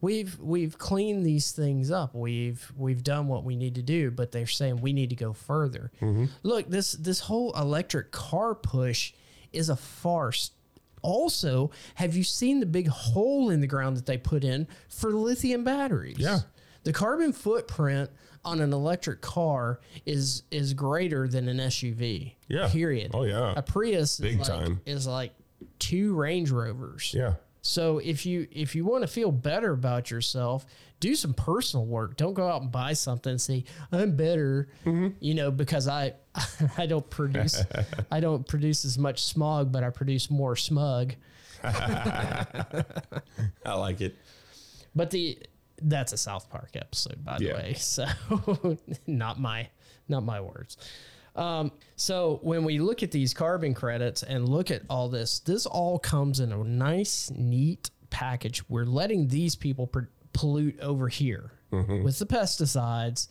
D: We've we've cleaned these things up. We've we've done what we need to do, but they're saying we need to go further.
C: Mm-hmm.
D: Look, this this whole electric car push is a farce. Also, have you seen the big hole in the ground that they put in for lithium batteries?
C: Yeah.
D: The carbon footprint on an electric car is is greater than an SUV.
C: Yeah.
D: Period.
C: Oh, yeah.
D: A Prius
C: Big
D: is like,
C: time.
D: is like two Range Rovers.
C: Yeah.
D: So if you if you want to feel better about yourself, do some personal work. Don't go out and buy something and say I'm better, you know, because I *laughs* I don't produce I don't produce as much smog, but I produce more smug.
C: I like it.
D: But the that's a South Park episode, by the
C: Yeah.
D: way. *laughs* So not my not my words. Um, so when we look at these carbon credits and look at all this, this all comes in a nice, neat package. We're letting these people pr- pollute over here
C: Mm-hmm.
D: with the pesticides,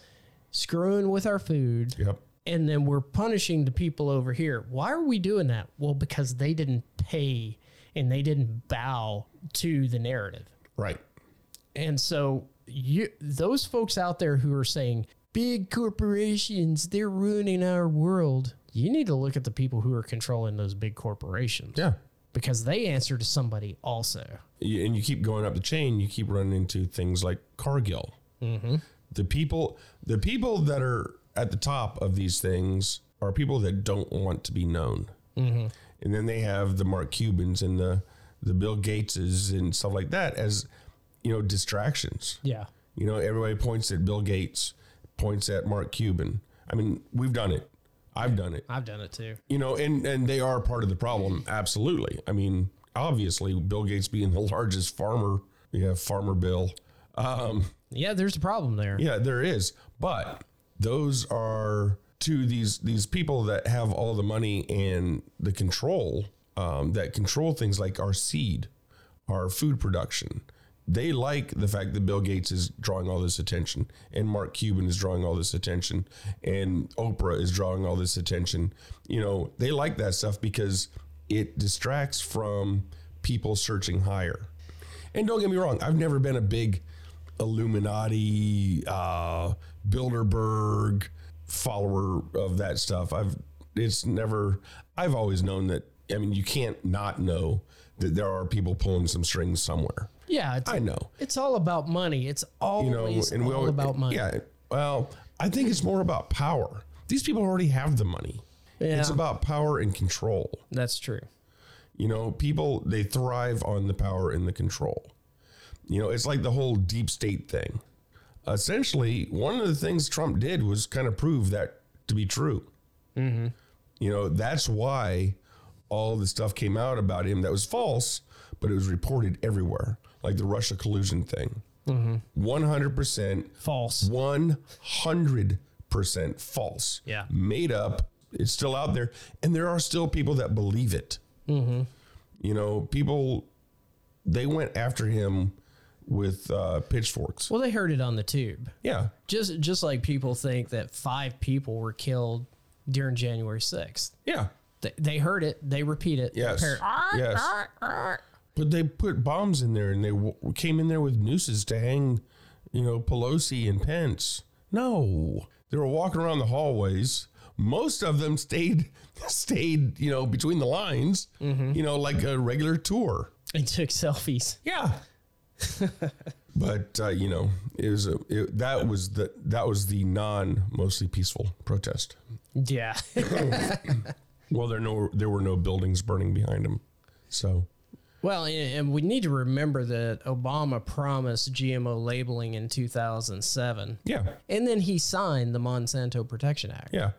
D: screwing with our food,
C: Yep.
D: and then we're punishing the people over here. Why are we doing that? Well, because they didn't pay and they didn't bow to the narrative.
C: Right.
D: And so you those folks out there who are saying big corporations they're ruining our world, you need to look at the people who are controlling those big corporations
C: Yeah.
D: because they answer to somebody also.
C: You- And you keep going up the chain, you keep running into things like Cargill. The people, the people that are at the top of these things are people that don't want to be known. And then they have the Mark Cubans and the the Bill Gateses and stuff like that as you know distractions.
D: Yeah.
C: You know, everybody points at Bill Gates, points at Mark Cuban. I mean, we've done it. I've done it.
D: I've done it too.
C: you know and and they are part of the problem absolutely i mean obviously bill gates being the *laughs* largest farmer you have farmer bill um
D: Yeah, there's a problem there.
C: yeah there is but those are to these these people that have all the money and the control um, that control things like our seed our food production they like the fact that bill gates is drawing all this attention and mark cuban is drawing all this attention and oprah is drawing all this attention you know they like that stuff because it distracts from people searching higher and don't get me wrong, I've never been a big Illuminati, uh, Bilderberg follower of that stuff. I've it's never. I've always known that. I mean, you can't not know that there are people pulling some strings somewhere.
D: Yeah, it's,
C: I know,
D: it's all about money. It's
C: you know,
D: always
C: and we
D: all
C: al-
D: about money.
C: Yeah. Well, I think it's more about power. These people already have the money. It's
D: Yeah.
C: about power and control.
D: That's true.
C: You know, people they thrive on the power and the control. You know, it's like the whole deep state thing. Essentially, one of the things Trump did was kind of prove that to be true.
D: Mm-hmm.
C: You know, that's why all the stuff came out about him that was false, but it was reported everywhere, like the Russia collusion thing. One hundred percent
D: Mm-hmm. False.
C: one hundred percent false.
D: Yeah.
C: made up. It's still out there, and there are still people that believe it. You know, people they went after him with uh, pitchforks.
D: Well, they heard it on the tube.
C: yeah,
D: Just just like people think that five people were killed during January sixth.
C: yeah,
D: They, they heard it. They repeat it.
C: yes,
D: Appar-
C: yes. But they put bombs in there, and they w- came in there with nooses to hang, you know, Pelosi and Pence. No, they were walking around the hallways. Most of them *laughs* stayed, stayed, you know, between the lines, you know, like a regular tour.
D: And took selfies.
C: Yeah. *laughs* but uh, you know, it was a, it, that was the that was the non mostly peaceful protest.
D: Yeah. *laughs*
C: Well, there no there were no buildings burning behind him, so
D: well, and, and we need to remember that Obama promised GMO labeling in 2007.
C: yeah,
D: And then he signed the Monsanto Protection Act.
C: yeah,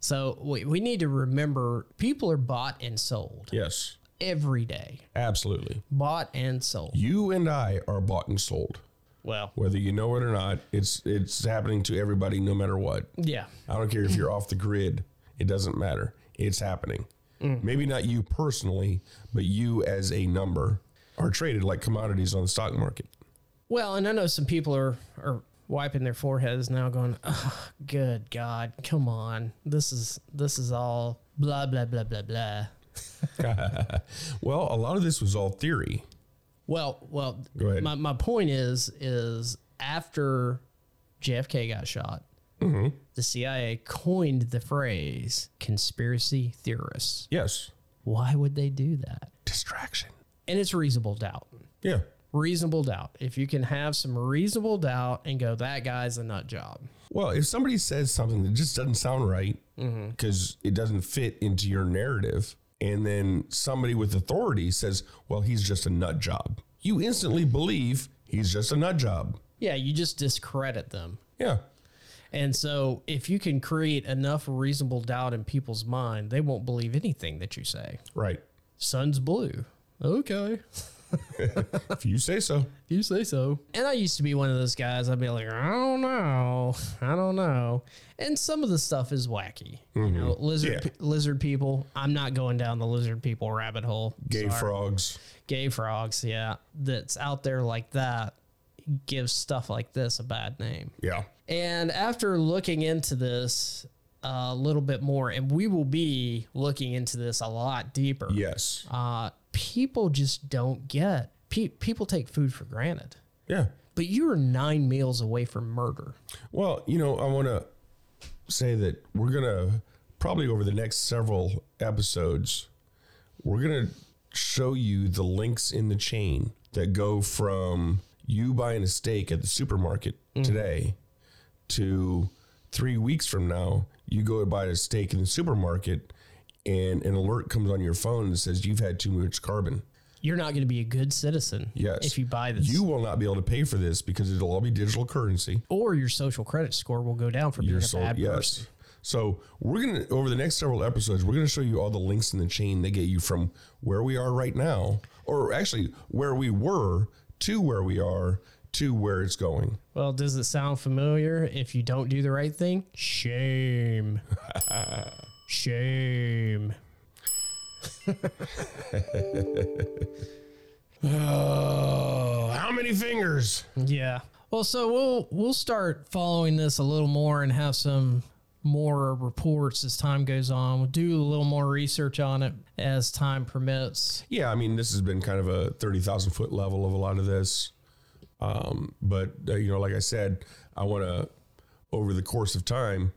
D: So we, we need to remember people are bought and sold
C: yes,
D: every day.
C: absolutely.
D: Bought and sold.
C: You and I are bought and sold,
D: Well,
C: whether you know it or not. It's it's happening to everybody, no matter what.
D: yeah.
C: I don't care if you're off the grid; it doesn't matter. It's happening. Maybe not you personally, but you as a number are traded like commodities on the stock market.
D: Well, and I know some people are, are wiping their foreheads now going, oh, good God, come on. This is this is all blah, blah, blah, blah, blah.
C: Well, a lot of this was all theory.
D: Well, well,
C: Go ahead.
D: My, my point is, is after JFK got shot,
C: Mm-hmm.
D: the CIA coined the phrase conspiracy theorists.
C: Yes.
D: Why would they do that?
C: Distraction.
D: And it's reasonable doubt.
C: Yeah.
D: Reasonable doubt. If you can have some reasonable doubt and go, that guy's a nut job.
C: Well, if somebody says something that just doesn't sound right
D: Mm-hmm.
C: because it doesn't fit into your narrative, and then somebody with authority says, well, he's just a nut job, you instantly believe he's just a nut job.
D: Yeah, you just discredit them.
C: Yeah.
D: And so if you can create enough reasonable doubt in people's mind, they won't believe anything that you say.
C: Right.
D: Sun's blue. Okay.
C: if you say so.
D: you say so. And I used to be one of those guys. I'd be like, I don't know, I don't know. And some of the stuff is wacky. You know, lizard
C: Yeah.
D: lizard people. I'm not going down the lizard people rabbit hole.
C: Gay
D: Sorry.
C: frogs.
D: gay frogs. Yeah, that's out there like that gives stuff like this a bad name.
C: Yeah.
D: And after looking into this a little bit more, and we will be looking into this a lot deeper.
C: Yes.
D: Uh, people just don't get. Pe- people take food for granted.
C: Yeah.
D: But you are nine meals away from murder.
C: Well, you know, I want to say that we're going to probably over the next several episodes, we're going to show you the links in the chain that go from you buying a steak at the supermarket today to three weeks from now, you go to buy a steak in the supermarket and an alert comes on your phone that says you've had too much carbon.
D: You're not going to be a good citizen
C: Yes.
D: if you buy this.
C: You will not be able to pay for this because it'll all be digital currency.
D: or your social credit score will go down for being
C: You're
D: a
C: sold,
D: bad
C: yes.
D: person.
C: So we're gonna over the next several episodes, we're gonna show you all the links in the chain that get you from where we are right now, or actually where we were to where we are to where it's going.
D: Well, does it sound familiar? If you don't do the right thing, shame. *laughs* shame.
C: Oh, how many fingers?
D: Yeah. Well, so we'll we'll start following this a little more and have some more reports as time goes on. We'll do a little more research on it as time permits.
C: Yeah, I mean this has been kind of a thirty thousand foot level of a lot of this, um, but uh, you know, like I said, I want to over the course of time,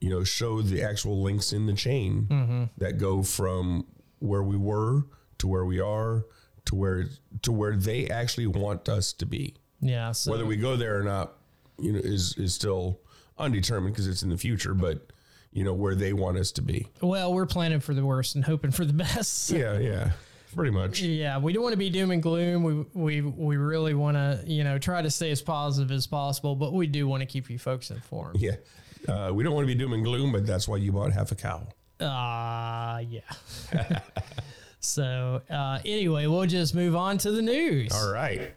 C: you know, show the actual links in the chain that go from where we were to where we are to where to where they actually want us to be.
D: Yeah. So
C: Whether we go there or not, you know, is is still undetermined because it's in the future. But you know, where they want us to be.
D: Well, we're planning for the worst and hoping for the *laughs* best.
C: Yeah, yeah, pretty much.
D: Yeah, we don't want to be doom and gloom. We we we really want to you know try to stay as positive as possible, but we do want to keep you folks informed.
C: Yeah. Uh, we don't want to be doom and gloom, but that's why you bought half a cow.
D: Ah, yeah.
C: *laughs*
D: so uh, anyway, we'll just move on to the news.
C: All right.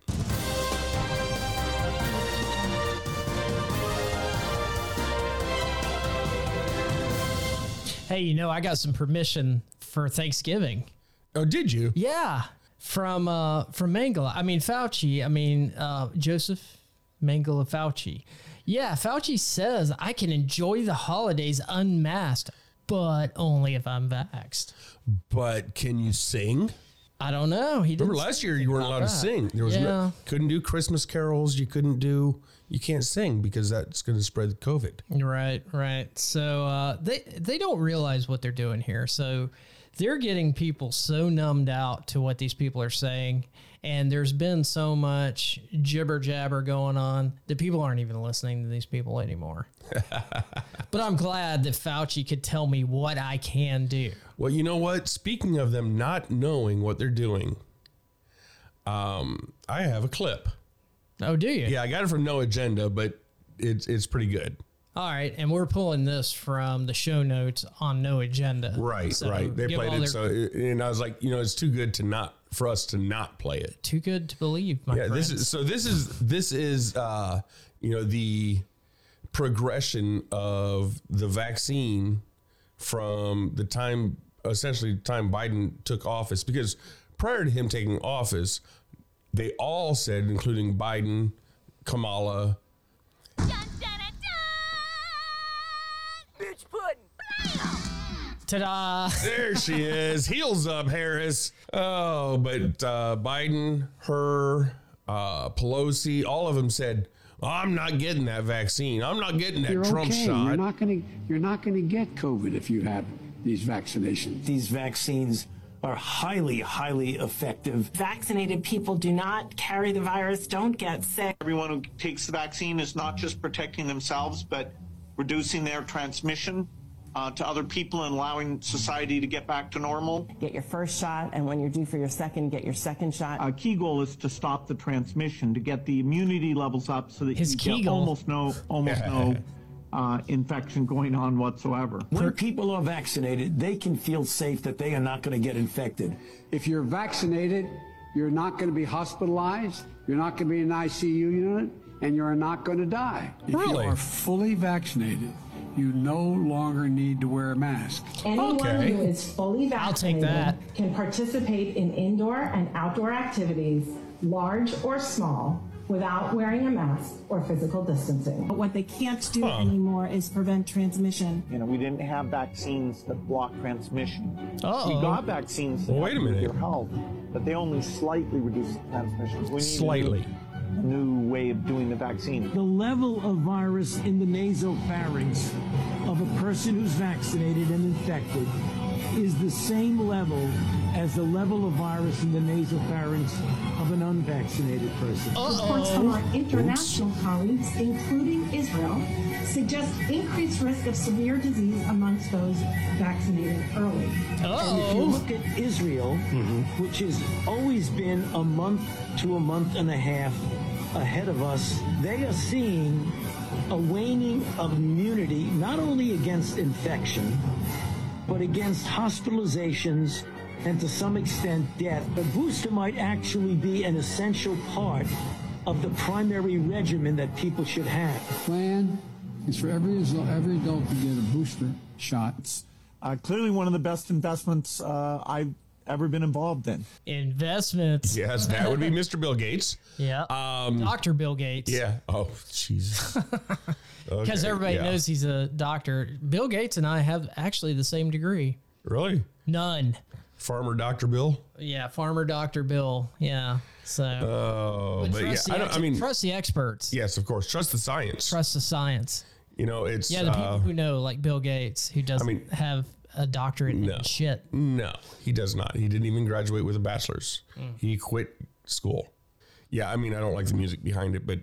D: Hey, you know I got some permission for Thanksgiving.
C: Oh, did you?
D: Yeah, from uh, from Mangala. I mean Fauci. I mean uh, Joseph Mangala Fauci. Yeah, Fauci says I can enjoy the holidays unmasked, but only if I'm vaxxed.
C: But can you sing?
D: I don't know. He didn't.
C: Remember last year you weren't allowed to
D: that.
C: sing. There was
D: Yeah.
C: no, couldn't do Christmas carols. You couldn't do. You can't sing because that's going to spread COVID.
D: Right, right. So uh, they they don't realize what they're doing here. So they're getting people so numbed out to what these people are saying, and there's been so much jibber jabber going on that people aren't even listening to these
C: *laughs*
D: people anymore. but I'm glad that Fauci could tell me what I can do.
C: Well, you know what? Speaking of them not knowing what they're doing, um, I have a clip.
D: Oh, do you?
C: Yeah, I got it from No Agenda, but it's it's pretty good.
D: All right, and we're pulling this from the show notes on No Agenda.
C: Right,
D: So
C: right. They
D: give
C: played
D: all
C: it,
D: their-
C: so and I was like, you know, it's too good to not for us to not play it.
D: too good to believe, my
C: Yeah,
D: friend.
C: this is so this is this is uh you know the progression of the vaccine from the time essentially the time Biden took office because prior to him taking office they all said including Biden, Kamala,
B: Dun, dun, dun, dun! Bitch pudding!
D: Ta-da!
C: there she is, heels up Harris. Oh, but uh Biden, her, uh Pelosi, all of them said I'm not getting that vaccine. I'm not getting that
E: You're
C: Trump
E: okay.
C: shot.
E: You're not going to you're not going to get COVID if you have these vaccinations.
F: these vaccines are highly, highly effective.
G: vaccinated people do not carry the virus, don't get sick.
H: Everyone who takes the vaccine is not just protecting themselves, but reducing their transmission uh, to other people and allowing society to get back to normal.
G: Get your first shot, and when you're due for your second, get your second shot.
H: A key goal is to stop the transmission, to get the immunity levels up, so that
D: His
H: you
D: key
H: get
D: goal.
H: almost no,
C: *laughs*
H: almost no uh, infection going on whatsoever.
F: When people are vaccinated, they can feel safe that they are not going to get infected.
E: If you're vaccinated, you're not going to be hospitalized, you're not going to be in an ICU unit, and you're not going to die. If
C: Really?
E: you are fully vaccinated, you no longer need to wear a mask.
I: Anyone
C: Okay.
I: who is fully
D: I'll take
I: vaccinated
D: that.
I: can participate in indoor and outdoor activities, large or small, without wearing a mask or physical distancing.
J: But what they can't do anymore is prevent transmission.
H: You know, we didn't have vaccines that block transmission.
D: Uh-oh.
H: We got vaccines that
C: Well, wait a
H: help with
C: minute.
H: your health, but they only slightly reduce the transmission. We need a new-
C: Slightly.
H: new way of doing the vaccine.
F: The level of virus in the nasopharynx of a person who's vaccinated and infected is the same level as the level of virus in the nasopharynx of an unvaccinated person.
I: Reports from our international colleagues, including Israel, suggest increased risk of severe disease amongst those vaccinated early.
F: And if you
D: Oh.
F: look at Israel, which has always been a month to a month and a half ahead of us, they are seeing a waning of immunity, not only against infection, but against hospitalizations and to some extent death. The booster might actually be an essential part of the primary regimen that people should have.
E: Plan is for every adult, every adult to get a booster shot.
H: Uh, clearly, one of the best investments uh, I've ever been involved in.
D: Investments.
C: Yes, that
D: *laughs*
C: would be Mr. Bill Gates.
D: Yeah. Dr. Bill Gates.
C: Um, Yeah. Oh,
D: *laughs*
C: Jesus.
D: Because everybody knows he's a doctor. Bill Gates and I have actually the same degree.
C: Really?
D: None.
C: Farmer Dr. Bill?
D: Yeah. Farmer Dr. Bill. Yeah. So
C: Oh, but, yeah.
D: trust,
C: I,
D: the
C: don't,
D: ex-
C: I mean,
D: trust the experts.
C: yes, of course. Trust the science.
D: Trust the science.
C: You know, it's.
D: Yeah. The people
C: uh,
D: who know, like Bill Gates, who doesn't
C: mean-
D: have a doctorate
C: No.
D: in shit.
C: no, he does not. He didn't even graduate with a bachelor's.
D: Mm.
C: He quit school. Yeah, I mean, I don't like the music behind it, but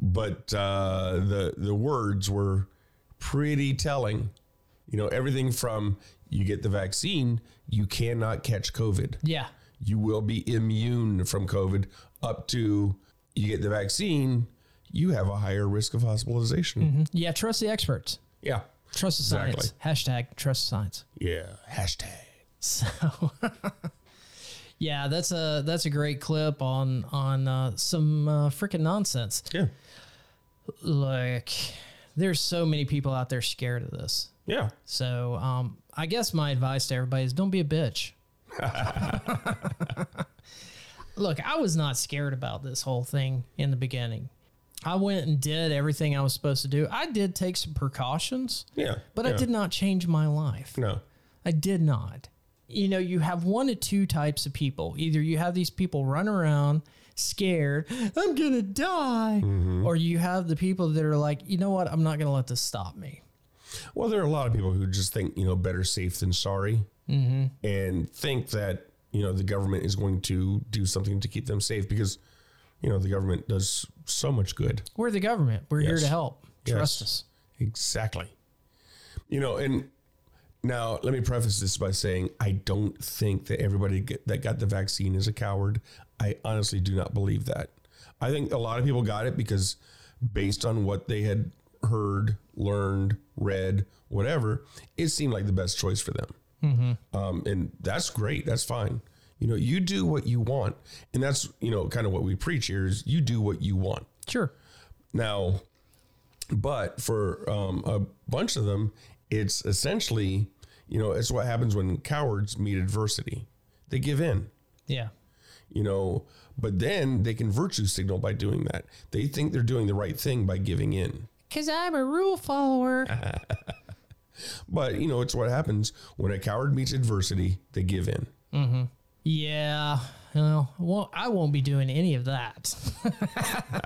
C: but uh, the the words were pretty telling. You know, everything from you get the vaccine, you cannot catch COVID.
D: Yeah.
C: You will be immune from COVID up to you get the vaccine, you have a higher risk of hospitalization.
D: Yeah. Trust the experts.
C: Yeah.
D: Trust the science. Hashtag trust the science.
C: Yeah. Hashtag.
D: So, *laughs* yeah, that's a that's a great clip on on uh, some uh, freaking nonsense.
C: Yeah.
D: Like, there's so many people out there scared of this.
C: Yeah.
D: So, um, I guess my advice to everybody is don't be
C: *laughs*
D: a bitch. Look, I was not scared about this whole thing in the beginning. I went and did everything I was supposed to do. I did take some precautions,
C: Yeah.
D: but I
C: Yeah.
D: did not change my life.
C: No.
D: I did not. You know, you have one of two types of people. Either you have these people run around scared, I'm going to die,
C: Mm-hmm.
D: or you have the people that are like, you know what, I'm not going to let this stop me.
C: Well, there are a lot of people who just think, you know, better safe than sorry and think that, you know, the government is going to do something to keep them safe because, you know, the government does so much good.
D: We're the government. We're here
C: Yes.
D: to help. Trust
C: Yes.
D: us.
C: Exactly. You know, and now let me preface this by saying I don't think that everybody get, that got the vaccine is a coward. I honestly do not believe that. I think a lot of people got it because based on what they had heard, learned, read, whatever, it seemed like the best choice for them. Um, and that's great. That's fine. You know, you do what you want. And that's, you know, kind of what we preach here is you do what you want.
D: Sure.
C: Now, but for um, a bunch of them, it's essentially, you know, it's what happens when cowards meet adversity. They give in,
D: Yeah.
C: you know, but then they can virtue signal by doing that. They think they're doing the right thing by giving in.
D: Because I'm a rule follower.
C: *laughs* But, you know, it's what happens when a coward meets adversity, they give in.
D: Yeah. Well, well, I won't be doing any of that. *laughs*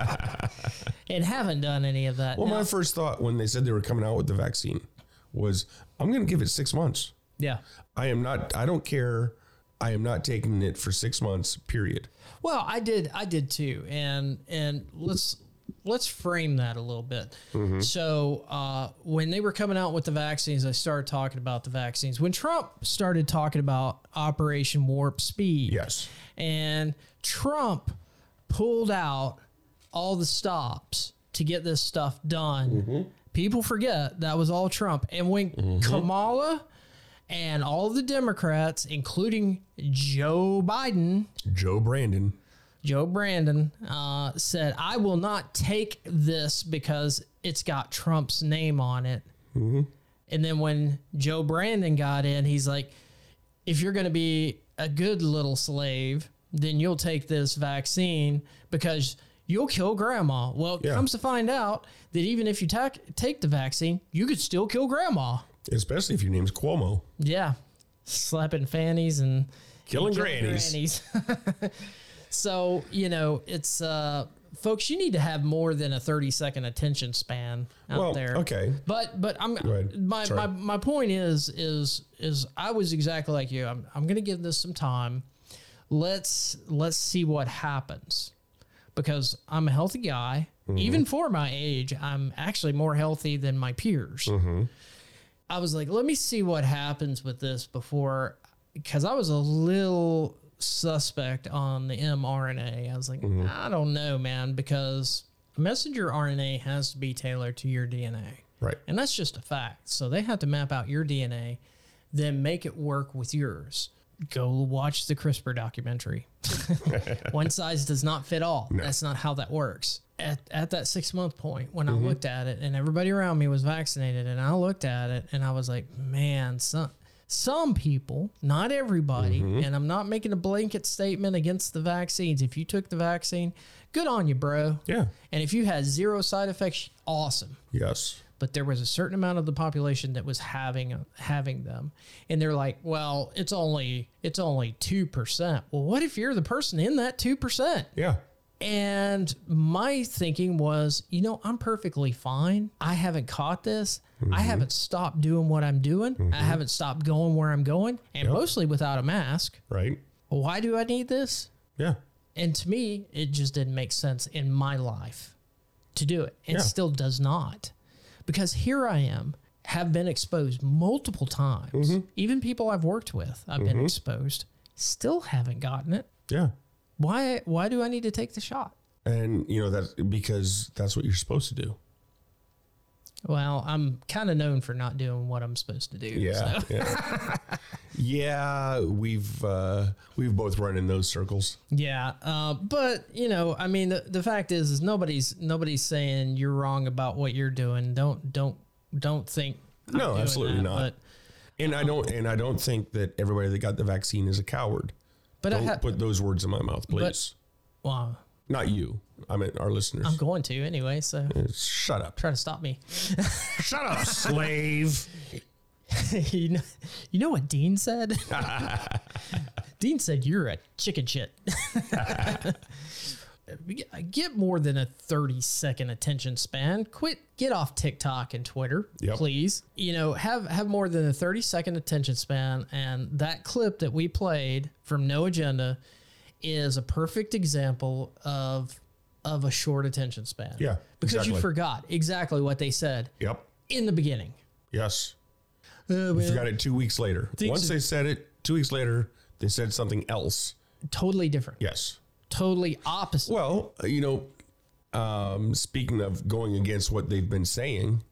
D: and haven't done any of that.
C: Well,
D: No.
C: my first thought when they said they were coming out with the vaccine was, I'm going to give it six months.
D: yeah.
C: I am not, I don't care. I am not taking it for six months, period.
D: Well, I did. I did too. And and let's let's frame that a little bit. So uh, when they were coming out with the vaccines, I started talking about the vaccines. When Trump started talking about Operation Warp Speed,
C: Yes.
D: and Trump pulled out all the stops to get this stuff done. People forget that was all Trump. And when Kamala and all the Democrats, including Joe Biden,
C: Joe Brandon.
D: Joe Brandon uh, said, I will not take this because it's got Trump's name on it. And then when Joe Brandon got in, he's like, if you're going to be a good little slave, then you'll take this vaccine because you'll kill grandma. Well,
C: Yeah.
D: comes to find out that even if you ta- take the vaccine, you could still kill grandma.
C: Especially if your name's Cuomo.
D: Yeah. Slapping fannies and
C: Killing
D: killing
C: grannies.
D: grannies. *laughs* so, you know, it's uh folks, you need to have more than a 30 second attention span out
C: Well,
D: there.
C: okay.
D: But but I'm
C: ahead.
D: my,
C: Sorry.
D: my my point is is is I was exactly like you. I'm I'm going to give this some time. Let's let's see what happens. Because I'm a healthy guy. Even for my age, I'm actually more healthy than my peers. I was like, let me see what happens with this before, because I was a little suspect on the mRNA. I was like, I don't know, man, because messenger RNA has to be tailored to your DNA.
C: Right.
D: And that's just a fact. So they have to map out your DNA, then make it work with yours. Go watch the CRISPR documentary. One size does not fit all. That's not how that works. At, at that six month point, when I looked at it and everybody around me was vaccinated, and I looked at it and I was like, man, some, some people, not everybody, and I'm not making a blanket statement against the vaccines. If you took the vaccine, good on you, bro.
C: Yeah.
D: And if you had zero side effects, awesome
C: Yes.
D: but there was a certain amount of the population that was having having them and they're like well it's only it's only 2% well what if you're the person in that 2%
C: Yeah.
D: and my thinking was you know i'm perfectly fine i haven't caught this i haven't stopped doing what i'm doing i haven't stopped going where i'm going and mostly without a mask
C: Right.
D: why do i need this
C: Yeah.
D: and to me, it just didn't make sense in my life to do it. It
C: Yeah.
D: still does not. Because here I am have been exposed multiple times.
C: Mm-hmm.
D: Even people I've worked with, I've been exposed, still haven't gotten it.
C: Yeah.
D: Why why do I need to take the shot?
C: And you know that's because that's what you're supposed to do.
D: Well, I'm kind of known for not doing what I'm supposed to do.
C: Yeah. Yeah. *laughs* yeah, we've uh we've both run in those circles.
D: Yeah, uh, but you know, I mean, the, the fact is, is nobody's nobody's saying you're wrong about what you're doing. Don't don't don't think. I'm
C: No,
D: doing
C: absolutely
D: that,
C: not. And I don't and I don't think that everybody that got the vaccine is a coward.
D: But, but I
C: Don't
D: ha-
C: put those words in my mouth, please.
D: well,
C: not you. I mean our listeners.
D: I'm going to anyway. So
C: Shut up.
D: try to stop me.
C: Shut up, *laughs* slave.
D: *laughs* you know, you know what Dean
C: *laughs*
D: said? Dean said you're a chicken shit. *laughs* We get- I get more than a 30 second attention span. Quit get off TikTok and Twitter,
C: Yep.
D: please. You know, have have more than a 30 second attention span and that clip that we played from No Agenda is a perfect example of of a short attention span.
C: Yeah,
D: Because you
C: exactly.
D: forgot exactly what they said
C: Yep.
D: in the beginning.
C: Yes.
D: Uh,
C: We forgot it two weeks later.
D: Things-
C: Once they said it, two weeks later, they said something else.
D: totally different.
C: Yes.
D: Totally opposite.
C: Well, uh, you know, um, speaking of going against what they've been saying,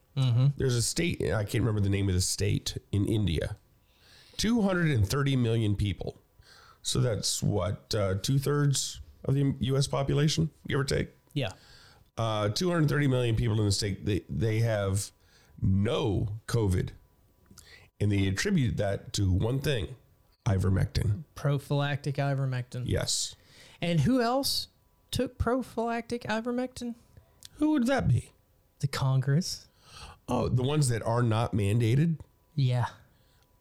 C: there's a state, I can't remember the name of the state in India, 230 million people. So that's what, uh, two thirds of the US population, give or take?
D: yeah.
C: Uh, 230 million people in the state, they, they have no COVID. And they attribute that to one thing ivermectin.
D: Prophylactic ivermectin.
C: Yes.
D: And who else took prophylactic ivermectin?
C: Who would that be?
D: The Congress.
C: Oh, the ones that are not mandated?
D: Yeah.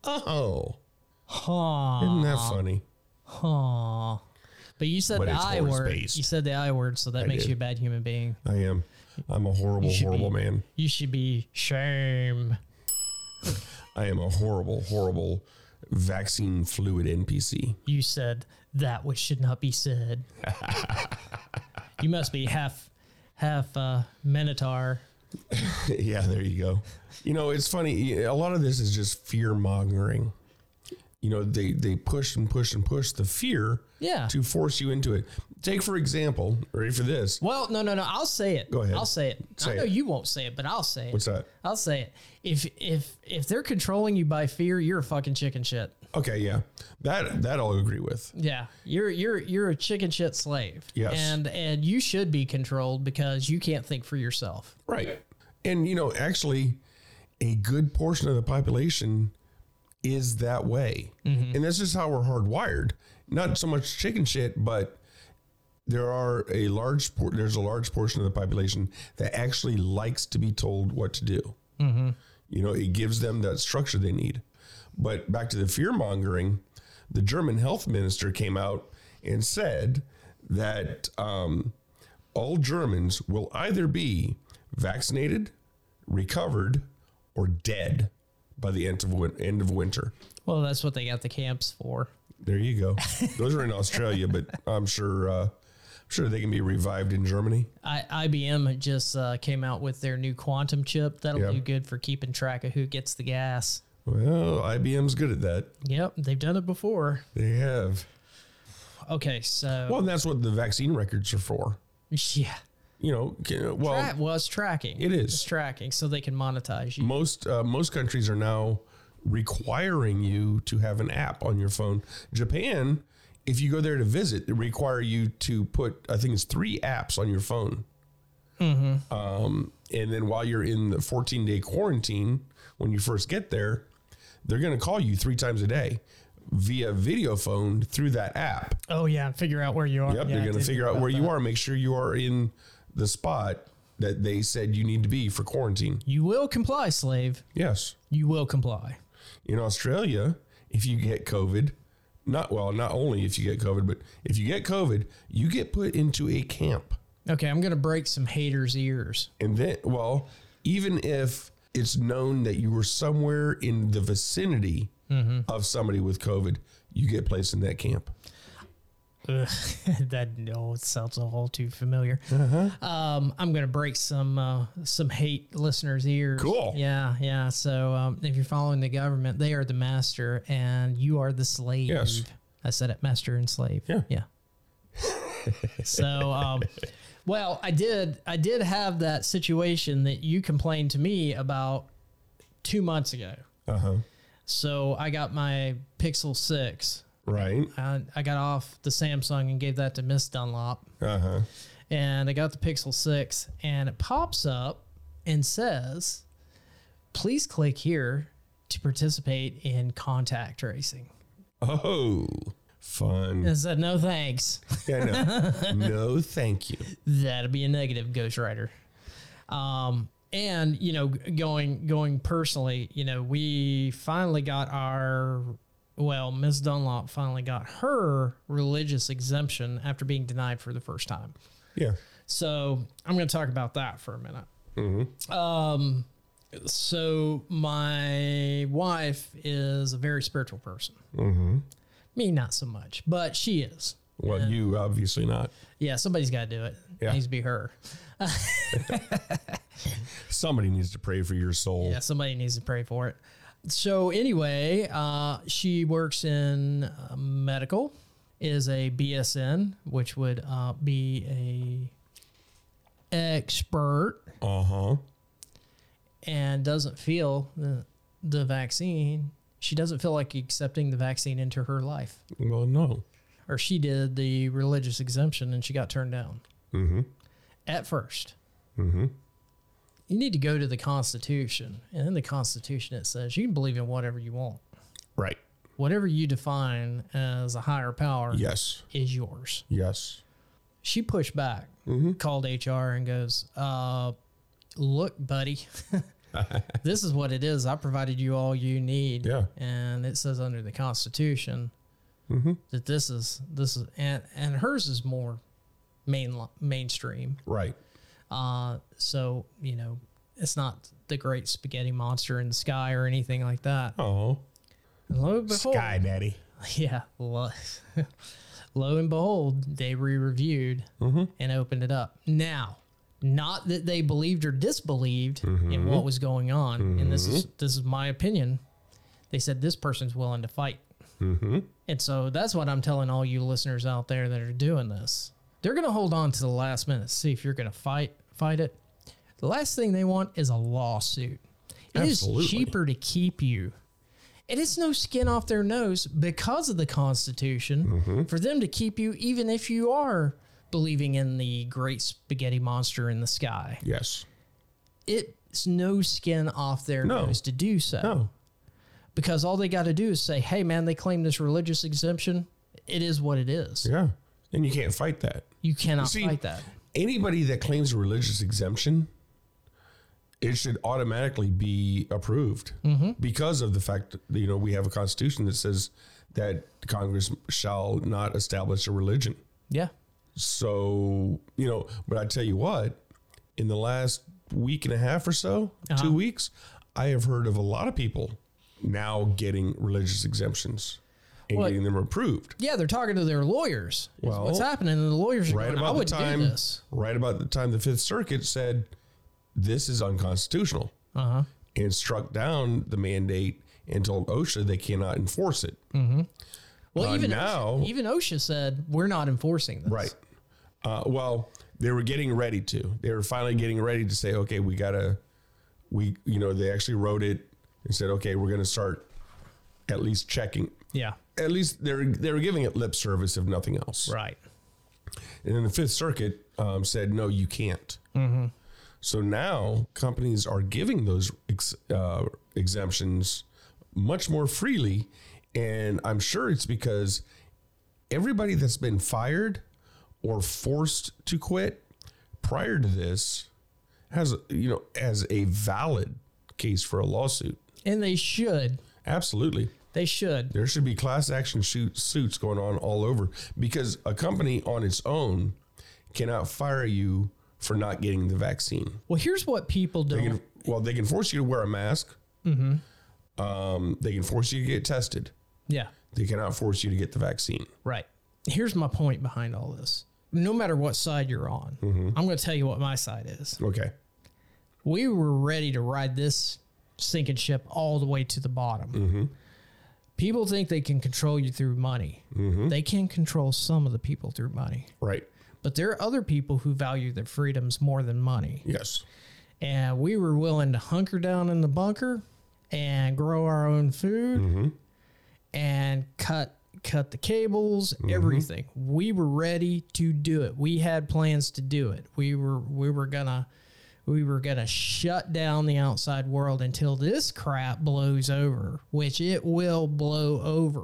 C: Oh.
D: Huh.
C: Isn't that funny?
D: Huh. But you said
C: But
D: the
C: it's
D: I word.
C: horse-based.
D: You said the I word, so that makes
C: did.
D: you a bad human being.
C: I am. I'm a horrible,
D: should
C: horrible
D: be-
C: man.
D: You should be shame.
C: I am a horrible, horrible vaccine fluid NPC.
D: You said that which should not
C: *laughs*
D: be said. you must be half half uh Minotaur.
C: *laughs* yeah, there you go. You know, it's funny. A lot of this is just fear mongering. You know, they they push and push and push the fear
D: Yeah.
C: to force you into it. Take for example, ready for this?
D: Well, no, no, no. I'll say it.
C: Go ahead.
D: I'll say it.
C: Say
D: I know
C: it.
D: you won't say it, but I'll say it.
C: What's that?
D: I'll say it. If if if they're controlling you by fear, you're a fucking chicken shit.
C: Okay, yeah, that that I'll agree with.
D: Yeah, you're you're you're a chicken shit slave.
C: Yes.
D: and and you should be controlled because you can't think for yourself.
C: Right. And, you know, actually, a good portion of the population is that way. And that's just how we're hardwired. Not so much chicken shit, but there are a large por- there's a large portion of the population that actually likes to be told what to do. You know, it gives them that structure they need. But back to the fear mongering, the German health minister came out and said that um, all Germans will either be vaccinated, recovered, or dead by the end of, win- end of winter.
D: Well, that's what they got the camps for.
C: There you go. Those are in *laughs* Australia, but I'm sure uh, I'm sure they can be revived in Germany.
D: I, IBM just uh, came out with their new quantum chip that'll
C: Yeah.
D: do good for keeping track of who gets the gas.
C: Well, IBM's good at that.
D: Yep, they've done it before.
C: They have.
D: Okay, so
C: Well, and that's what the vaccine records are for.
D: yeah,
C: You know, can, well,
D: that was tracking.
C: It is.
D: It's tracking, so they can monetize you.
C: most uh, most countries are now requiring you to have an app on your phone. Japan, if you go there to visit, they require you to put I think it's three apps on your phone.
D: Mm-hmm.
C: Um, and then while you're in the 14 day quarantine, when you first get there, they're going to call you three times a day via video phone through that app.
D: Oh yeah, and figure out where you are.
C: Yep,
D: Yeah, I
C: they're going
D: did
C: to figure
D: hear
C: out
D: about
C: where you
D: that.
C: are. Make sure you are in the spot that they said you need to be for quarantine.
D: You will comply, slave.
C: Yes.
D: You will comply.
C: in Australia, if you get COVID, not well, not only if you get COVID, but if you get COVID, you get put into a camp.
D: Okay, I'm going to break some haters' ears.
C: And then, well, even if it's known that you were somewhere in the Mm-hmm. vicinity of somebody with COVID, you get placed in that camp.
D: Ugh, *laughs* that no, it sounds a whole too familiar.
C: Uh-huh.
D: Um, I'm gonna break some uh, some hate listeners' ears.
C: Cool.
D: Yeah, yeah. So um, if you're following the government, they are the master, and you are the slave.
C: Yes.
D: I said it, master and slave.
C: Yeah. *laughs*
D: yeah. so, um, well, I did. I did have that situation that you complained to me about two months ago.
C: Uh huh.
D: So I got my Pixel Six.
C: Right.
D: I, I got off the Samsung and gave that to Miss Dunlop.
C: Uh huh.
D: And I got the Pixel 6, and it pops up and says, please click here to participate in contact tracing.
C: Oh,
D: I
C: fun.
D: said, no thanks.
C: Yeah, *laughs* no. no, thank you.
D: That'd be a negative ghostwriter. Um, and you know, g- going going personally, you know, we finally got our well, Ms. Dunlop finally got her religious exemption after being denied for the first time.
C: Yeah.
D: So I'm going to talk about that for a minute. Mm-hmm. Um, so my wife is a very spiritual person. Mm-hmm. Me, not so much, but she is.
C: Well, you obviously not.
D: Yeah, somebody's got to do it.
C: Yeah.
D: Needs to be her.
C: Somebody needs to pray for your soul.
D: Yeah, somebody needs to pray for it. So anyway, uh, she works in uh, medical, is a BSN, which would uh, be a expert
C: Uh huh.
D: and doesn't feel the, the vaccine, she doesn't feel like accepting the vaccine into her life.
C: Well, no.
D: Or she did the religious exemption and she got turned down at 1st You need to go to the Constitution. And in the Constitution, it says you can believe in whatever you want.
C: Right.
D: Whatever you define as a higher power
C: Yes.
D: is yours.
C: Yes.
D: she pushed back,
C: Mm-hmm.
D: called HR, and goes, uh, "Look, buddy, *laughs* this is what it is. I provided you all you need,
C: Yeah.
D: and it says under the Constitution
C: Mm-hmm.
D: that this is this is and and hers is more main mainstream.
C: Right.
D: Uh, so you know, it's not the great spaghetti monster in the sky or anything like that.
C: Oh,
D: And lo and behold,
C: Sky Daddy.
D: *laughs* yeah. Lo, lo and behold, they re reviewed and opened it up. Now, not that they believed or disbelieved in what was going on, and this is this is my opinion. They said this person's willing to fight,
C: Mm-hmm.
D: and so that's what I'm telling all you listeners out there that are doing this. They're going to hold on to the last minute, see if you're going to fight fight it. The last thing they want is a lawsuit. It is
C: Absolutely.
D: cheaper to keep you and it's no skin off their nose because of the Constitution
C: Mm-hmm.
D: for them to keep you, even if you are believing in the great spaghetti monster in the sky.
C: Yes.
D: It's no skin off their
C: No.
D: nose to do so
C: No.
D: because all they got to do is say, hey, man, they claim this religious exemption. It is what it is.
C: Yeah. And you can't fight that.
D: You cannot
C: See-
D: fight that.
C: Anybody that claims a religious exemption, it should automatically be approved
D: Mm-hmm.
C: because of the fact that, you know, we have a constitution that says that Congress shall not establish a religion.
D: Yeah.
C: So, you know, but I tell you what, in the last week and a half or so,
D: Uh-huh.
C: two weeks, I have heard of a lot of people now getting religious exemptions and
D: Well,
C: getting them approved.
D: Yeah, they're talking to their lawyers. is
C: Well,
D: what's happening? And the lawyers are
C: Right
D: going, I
C: about the
D: would
C: time
D: do this.
C: right about the time the Fifth Circuit said this is unconstitutional
D: Uh-huh.
C: and struck down the mandate and told OSHA they cannot enforce it.
D: Well,
C: Uh,
D: even
C: now-
D: OSHA, even OSHA said we're not enforcing this.
C: Right. Uh, well, they were getting ready to. They were finally getting ready to say, okay, we gotta, we, you know, they actually wrote it and said, okay, we're gonna start at least checking.
D: Yeah.
C: At least they're they were giving it lip service, if nothing else.
D: Right.
C: And then the Fifth Circuit um, said, no, you can't. So now companies are giving those ex- uh, exemptions much more freely. And I'm sure it's because everybody that's been fired or forced to quit prior to this has, you know, has a valid case for a lawsuit.
D: And they should.
C: Absolutely.
D: They should.
C: There should be class action shoot, suits going on all over because a company on its own cannot fire you for not getting the vaccine.
D: Well, here's what people
C: They
D: don't.
C: can, well, they can force you to wear a mask. Um, they can force you to get tested.
D: Yeah.
C: They cannot force you to get the vaccine.
D: Right. here's my point behind all this. No matter what side you're on,
C: Mm-hmm.
D: I'm going to tell you what my side is.
C: Okay.
D: We were ready to ride this sinking ship all the way to the bottom. People think they can control you through money. They can control some of the people through money,
C: Right.
D: but there are other people who value their freedoms more than money.
C: Yes.
D: and we were willing to hunker down in the bunker and grow our own food and cut cut the cables everything we were ready to do it we had plans to do it we were we were gonna we were gonna shut down the outside world until this crap blows over which it will blow over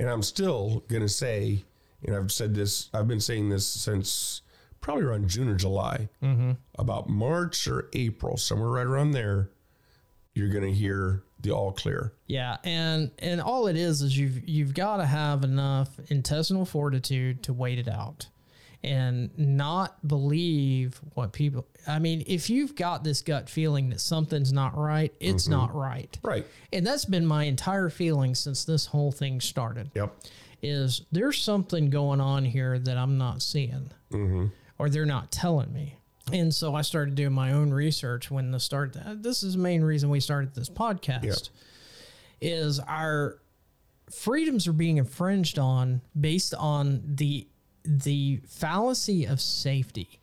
C: And I'm still going to say, and I've said this, I've been saying this since probably around June or July,
D: Mm-hmm.
C: about March or April, somewhere right around there, you're going to hear the all clear.
D: Yeah, and and all it is is you've you've got to have enough intestinal fortitude to wait it out, and not believe what people. I mean, if you've got this gut feeling that something's not right, it's not right.
C: Right.
D: And that's been my entire feeling since this whole thing started.
C: Yep.
D: Is there's something going on here that I'm not seeing, or they're not telling me. And so I started doing my own research when the start. This is the main reason we started this podcast is our freedoms are being infringed on based on the the fallacy of safety.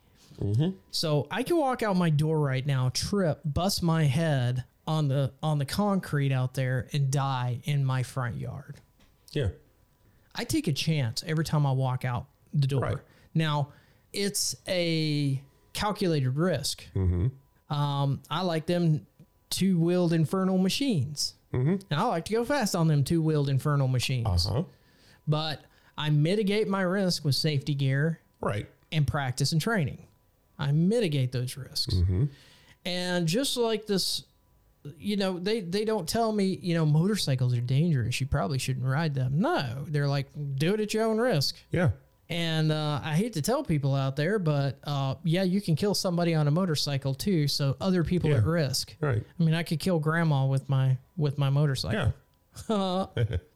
D: So I can walk out my door right now, trip, bust my head on the on the concrete out there, and die in my front yard.
C: Yeah.
D: I take a chance every time I walk out the door.
C: Right.
D: Now, it's a calculated risk. Um, I like them two wheeled infernal machines. And I like to go fast on them two wheeled infernal machines.
C: Huh?
D: But I mitigate my risk with safety gear
C: Right.
D: and practice and training. I mitigate those risks. And just like this, you know, they, they don't tell me, you know, motorcycles are dangerous. You probably shouldn't ride them. No, they're like, do it at your own risk.
C: Yeah.
D: And uh, I hate to tell people out there, but uh, yeah, you can kill somebody on a motorcycle too. So other people
C: Yeah.
D: at risk.
C: Right.
D: I mean, I could kill grandma with my with my motorcycle
C: Yeah.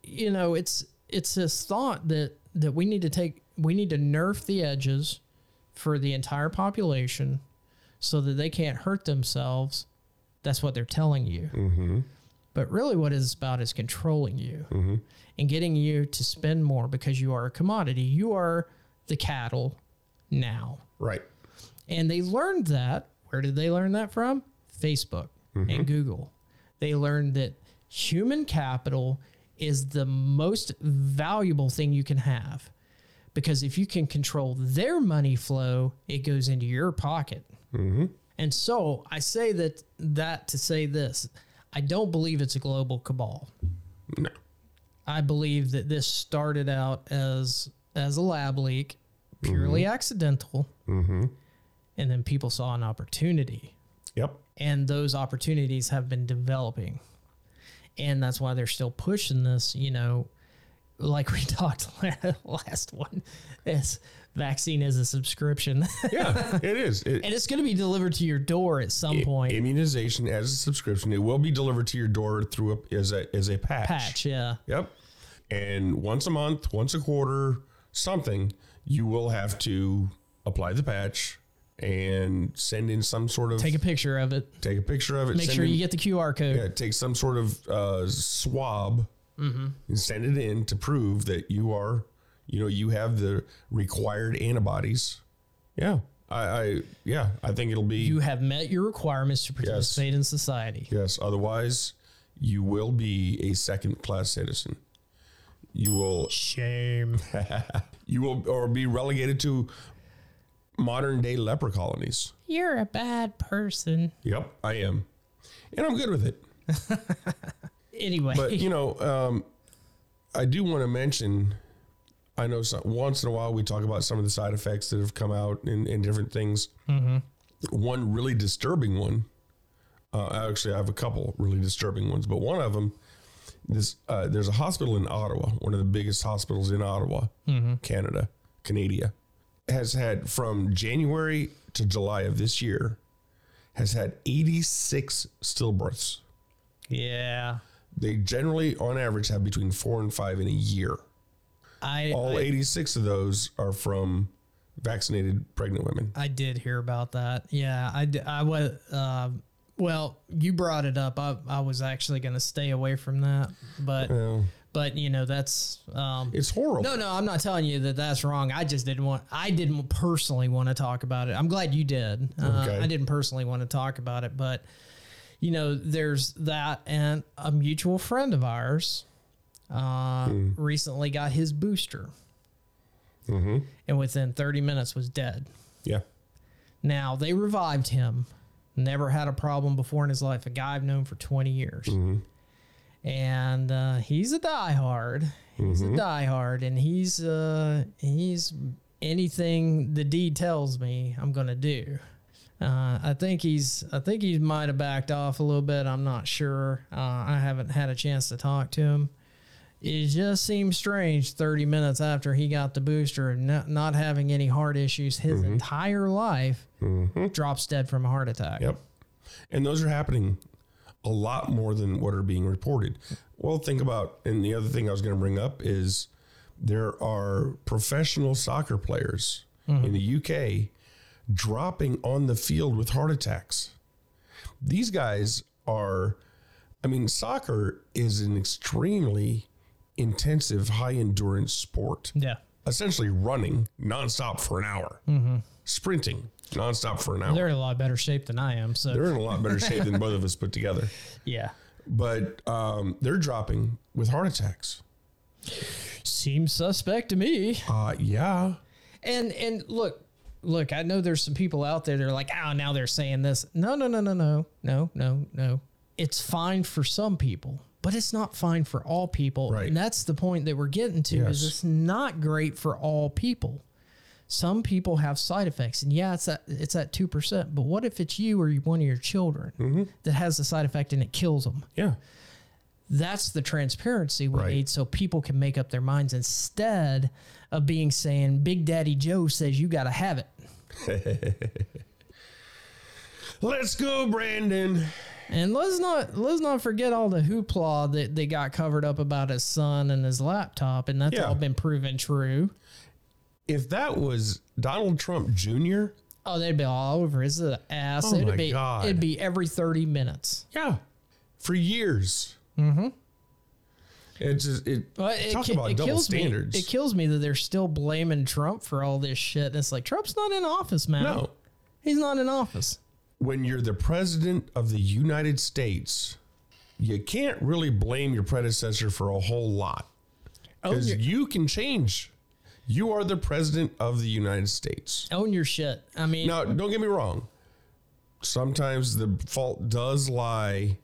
D: you know it's it's this thought that that we need to take we need to nerf the edges for the entire population so that they can't hurt themselves that's what they're telling you but really what it's about is controlling you and getting you to spend more because you are a commodity you are the cattle now
C: Right.
D: and they learned that. Where did they learn that from? Facebook and Google. They learned that human capital is the most valuable thing you can have because if you can control their money flow, it goes into your pocket. And so I say that that to say this, I don't believe it's a global cabal.
C: No.
D: I believe that this started out as as a lab leak, purely accidental, and then people saw an opportunity,
C: Yep.
D: and those opportunities have been developing, and that's why they're still pushing this. You know, like we *laughs* talked la- last one, is vaccine is a subscription, *laughs*
C: Yeah. it is. It,
D: and it's going to be delivered to your door at some point.
C: Immunization as a subscription. It will be delivered to your door through a as a as a patch.
D: patch, yeah.
C: Yep. And once a month, once a quarter, something, you will have to apply the patch and send in some sort of
D: Take a picture of it.
C: take a picture of it.
D: Make
C: send
D: sure
C: in-
D: you get the QR code.
C: yeah, take some sort of uh, swab
D: Mm-hmm.
C: and send it in to prove that you are you know you have the required antibodies. Yeah. I, I yeah, I think it'll be
D: You have met your requirements to participate in society.
C: Yes. Otherwise, you will be a second class citizen. You will shame. *laughs* you will or be relegated to modern day leper colonies.
D: You're a bad person.
C: Yep, I am, and I'm good with it.
D: Anyway,
C: But you know, um, I do want to mention. I know some, once in a while we talk about some of the side effects that have come out and, and different things. One really disturbing one. Uh, actually, I have a couple really disturbing ones, but one of them, this uh, there's a hospital in Ottawa, one of the biggest hospitals in Ottawa, Canada, Canada, has had from January to July of this year, has had 86 stillbirths
D: *laughs* yeah,
C: they generally on average have between four and five in a year
K: I
C: All 86 of those are from vaccinated pregnant women.
D: I did hear about that. Yeah, I d- I was. Uh, well, you brought it up. I, I was actually going to stay away from that, but
C: Well,
D: but you know that's um,
C: it's horrible.
D: no, no. I'm not telling you that that's wrong. I just didn't want. I didn't personally want to talk about it. I'm glad you did. Uh,
C: Okay.
D: I didn't personally want to talk about it, but you know, there's that, and a mutual friend of ours uh, recently got his booster, and within 30 minutes was dead.
C: Yeah.
D: Now they revived him. Never had a problem before in his life. A guy I've known for 20 years, and uh, he's a diehard. He's
C: Mm-hmm.
D: a diehard, and he's uh, he's anything the D tells me I'm gonna do. Uh, I think he's I think he might have backed off a little bit. I'm not sure. Uh, I haven't had a chance to talk to him. It just seems strange 30 minutes after he got the booster and not, not having any heart issues his
C: Mm-hmm.
D: entire life drops dead from a heart attack.
C: Yep. And those are happening a lot more than what are being reported. Well, think about, and the other thing I was going to bring up is there are professional soccer players
D: Mm-hmm.
C: in the UK dropping on the field with heart attacks. These guys are, I mean, soccer is an extremely intensive, high endurance sport.
D: Yeah.
C: Essentially running nonstop for an hour, sprinting nonstop for an hour
D: Mm-hmm. They're in a lot better shape than I am. So,
C: they're in a lot better shape than both of us put together.
D: yeah.
C: But um, they're dropping with heart attacks.
D: Seems suspect to me.
C: Uh, yeah.
D: And and look, look, I know there's some people out there that are like, oh, now they're saying this. No, no, no, no, no, no, no, no. It's fine for some people, but it's not fine for all people.
C: Right.
D: And that's the point that we're getting to is
C: Yes.
D: it's not great for all people. Some people have side effects, and yeah, it's at it's at two percent. But what if it's you or one of your children
C: Mm-hmm.
D: that has the side effect and it kills them?
C: Yeah.
D: that's the transparency we
C: Right.
D: need so people can make up their minds instead of being saying big daddy joe says you got to have it
C: Let's go, Brandon.
D: and let's not let's not forget all the hoopla that they got covered up about his son and his laptop and that's
C: Yeah.
D: all been proven true
C: If that was Donald Trump Jr.,
D: oh they'd be all over his little ass
C: Oh
D: it'd
C: my
D: be
C: God.
D: it'd be every 30 minutes
C: yeah, for years. Mm-hmm. It just it
D: Well, it,
C: talk
D: ki-
C: about
D: it
C: double
D: kills
C: standards.
D: me. It kills me that they're still blaming Trump for all this shit. And it's like Trump's not in office, man.
C: no,
D: He's not in office.
C: when you're the president of the United States, you can't really blame your predecessor for a whole lot. Because
D: Oh, you're-
C: you can change. You are the president of the United States.
D: Own your shit. I mean,
C: Now, don't get me wrong. Sometimes the fault does lie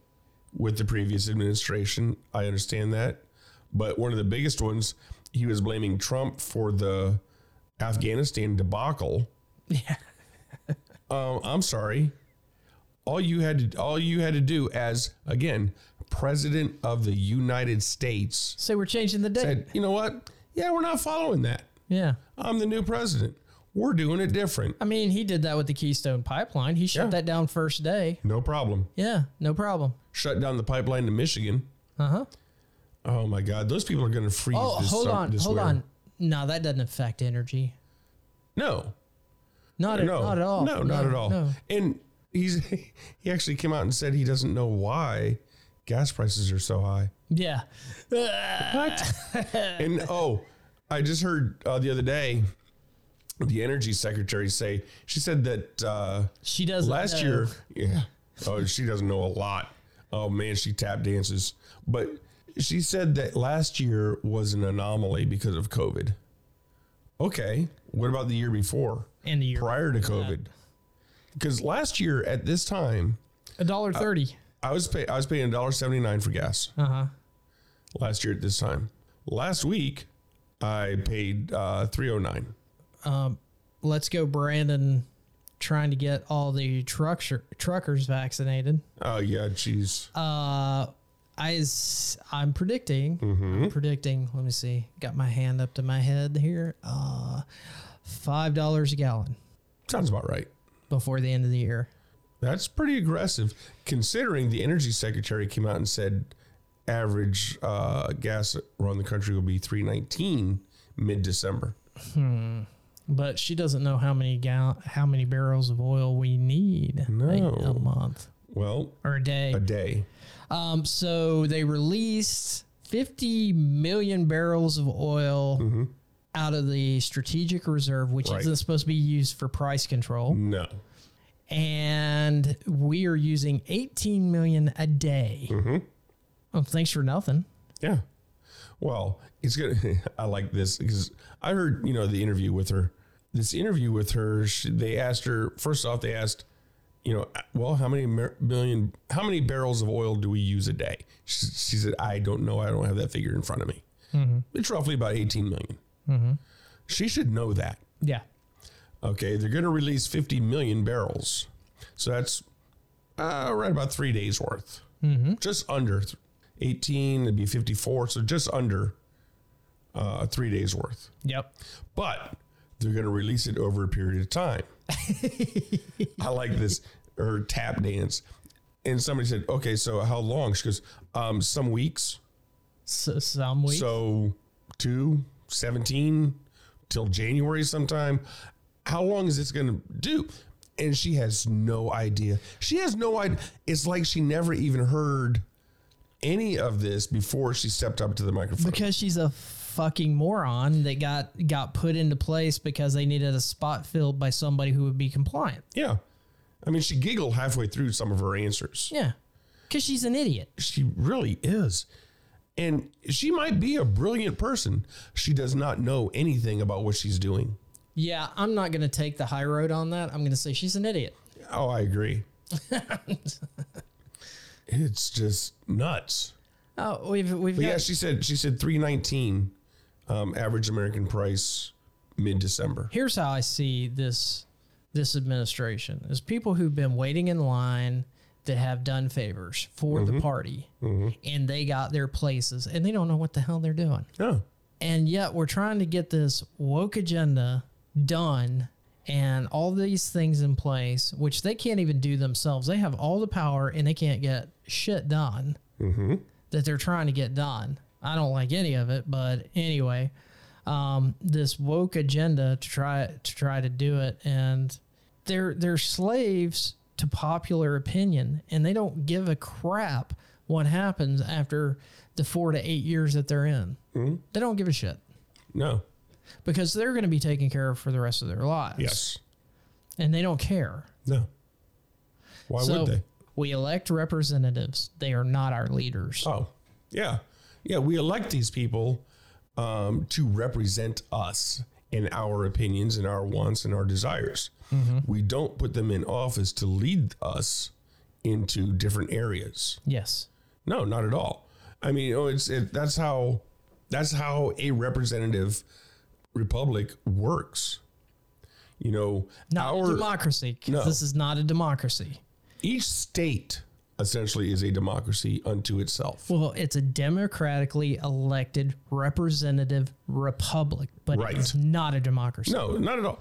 C: with the previous administration. I understand that. But one of the biggest ones, he was blaming Trump for the Afghanistan debacle.
D: *laughs* yeah.
C: Um, I'm sorry. All you had to all you had to do as again, president of the United States
D: Say we're changing the date.
C: said, you know what? Yeah, we're not following that.
D: yeah.
C: I'm the new president. We're doing it different.
D: I mean, he did that with the Keystone Pipeline. He shut
C: Yeah.
D: that down first day.
C: No problem.
D: Yeah, no problem. Uh-huh.
C: Shut down the pipeline to Michigan. Uh huh. Oh my God, those people are going to freeze.
D: Oh,
C: this
D: hold
C: sum-
D: on,
C: this
D: hold
C: winter.
D: on. No, that doesn't affect energy.
C: No,
D: Not, at,
C: no,
D: not at all.
C: No, not at all.
D: no.
C: And he's *laughs* he actually came out and said he doesn't know why gas prices are so high.
D: Yeah.
C: And oh, I just heard uh, the other day the energy secretary say she said that uh,
D: She doesn't.
C: last
D: know.
C: year yeah oh she doesn't know a lot oh man she tap dances but she said that last year was an anomaly because of covid okay what about the year before
D: And the year
C: prior to covid because last year at this time
D: a dollar thirty.
C: i was pay, i was paying $1.79 for gas
D: Uh huh.
C: last year at this time last week i paid uh 309
D: Let's go, Brandon. Trying to get all the trucker truckers vaccinated.
C: oh yeah jeez
D: I s- I'm predicting.
C: Mm-hmm.
D: I'm predicting. Let me see. Got my hand up to my head here. Uh, five dollars a gallon
C: sounds about right
D: before the end of the year.
C: That's pretty aggressive, considering the energy secretary came out and said average uh, gas around the country will be three nineteen mid December.
D: Hmm. But she doesn't know how many gal- how many barrels of oil we need
C: No.
D: a, a month
C: Well,
D: or a day.
C: a day.
D: Um, so they released 50 million barrels of oil out of the strategic reserve, which
C: Mm-hmm. Right. Mm.
D: isn't supposed to be used for price control.
C: No.
D: And we are using 18 million a day.
C: Mm-hmm.
D: Oh, thanks for nothing.
C: Yeah. Well, it's gonna. *laughs* I like this because I heard you know the interview with her. This interview with her, she, they asked her first off. They asked, you know, "Uh, well, how many mer- million, how many barrels of oil do we use a day? She, she said, I don't know. I don't have that figure in front of me. It's roughly about eighteen million. She should know that.
D: Yeah.
C: Okay, they're going to release 50 million barrels. So that's uh, right about three days worth. Just under th- 18, it'd be 54. So just under uh, three days worth.
D: Yep.
C: But they're going to release it over a period of time. I like this, her tap dance. And somebody said, okay, so how long? She goes, um, some weeks.
D: So, some weeks.
C: So two, 17 till January sometime. How long is this going to do? And she has no idea. She has no idea. It's like she never even heard any of this before she stepped up to the microphone.
D: because she's a fucking moron that got got put into place because they needed a spot filled by somebody who would be compliant.
C: Yeah. I mean, she giggled halfway through some of her answers.
D: Yeah. Cuz she's an idiot.
C: She really is. And she might be a brilliant person. She does not know anything about what she's doing.
D: Yeah, I'm not going to take the high road on that. I'm going to say she's an idiot.
C: Oh, I agree. it's just nuts.
D: Oh, we've we've
C: But yeah,
D: got-
C: she said she said three nineteen um, average American price mid December.
D: here's how I see this this administration is people who've been waiting in line that have done favors for the party and they got their places and they don't know what the hell they're doing.
C: Yeah,
D: And yet we're trying to get this woke agenda done and all these things in place, which they can't even do themselves. They have all the power and they can't get shit done that they're trying to get done. I don't like any of it, but anyway, um, this woke agenda to try to try to do it, and they're they're slaves to popular opinion, and they don't give a crap what happens after the four to eight years that they're in.
C: Mm-hmm.
D: They don't give a shit
C: no,
D: because they're going to be taken care of for the rest of their lives.
C: yes,
D: and they don't care.
C: no. Why
D: so
C: would they?
D: we elect representatives. They are not our leaders.
C: Oh, yeah, yeah. We elect these people um, to represent us in our opinions and our wants and our desires. We don't put them in office to lead us into different areas.
D: Yes.
C: No, not at all. I mean, oh, it's it, that's how that's how a representative republic works. You know,
D: Not a
C: our
D: democracy. 'cause
C: No.
D: This is not a democracy.
C: each state essentially is a democracy unto itself.
D: Well, it's a democratically elected representative republic, but
C: Right.
D: it's not a democracy.
C: No, not at all.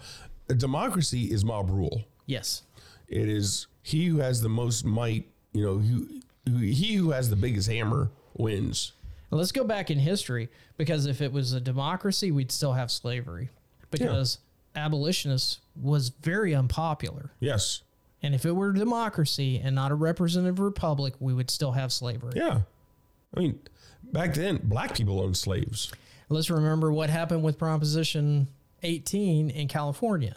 C: A democracy is mob rule.
D: Yes.
C: It is he who has the most might. You know, who, who he who has the biggest hammer wins.
D: Now, Let's go back in history because if it was a democracy, we'd still have slavery because abolitionists was very unpopular.
C: Yes.
D: And if it were a democracy and not a representative republic, we would still have slavery.
C: Yeah. I mean, back then, black people owned slaves.
D: Let's remember what happened with Proposition 18 in California.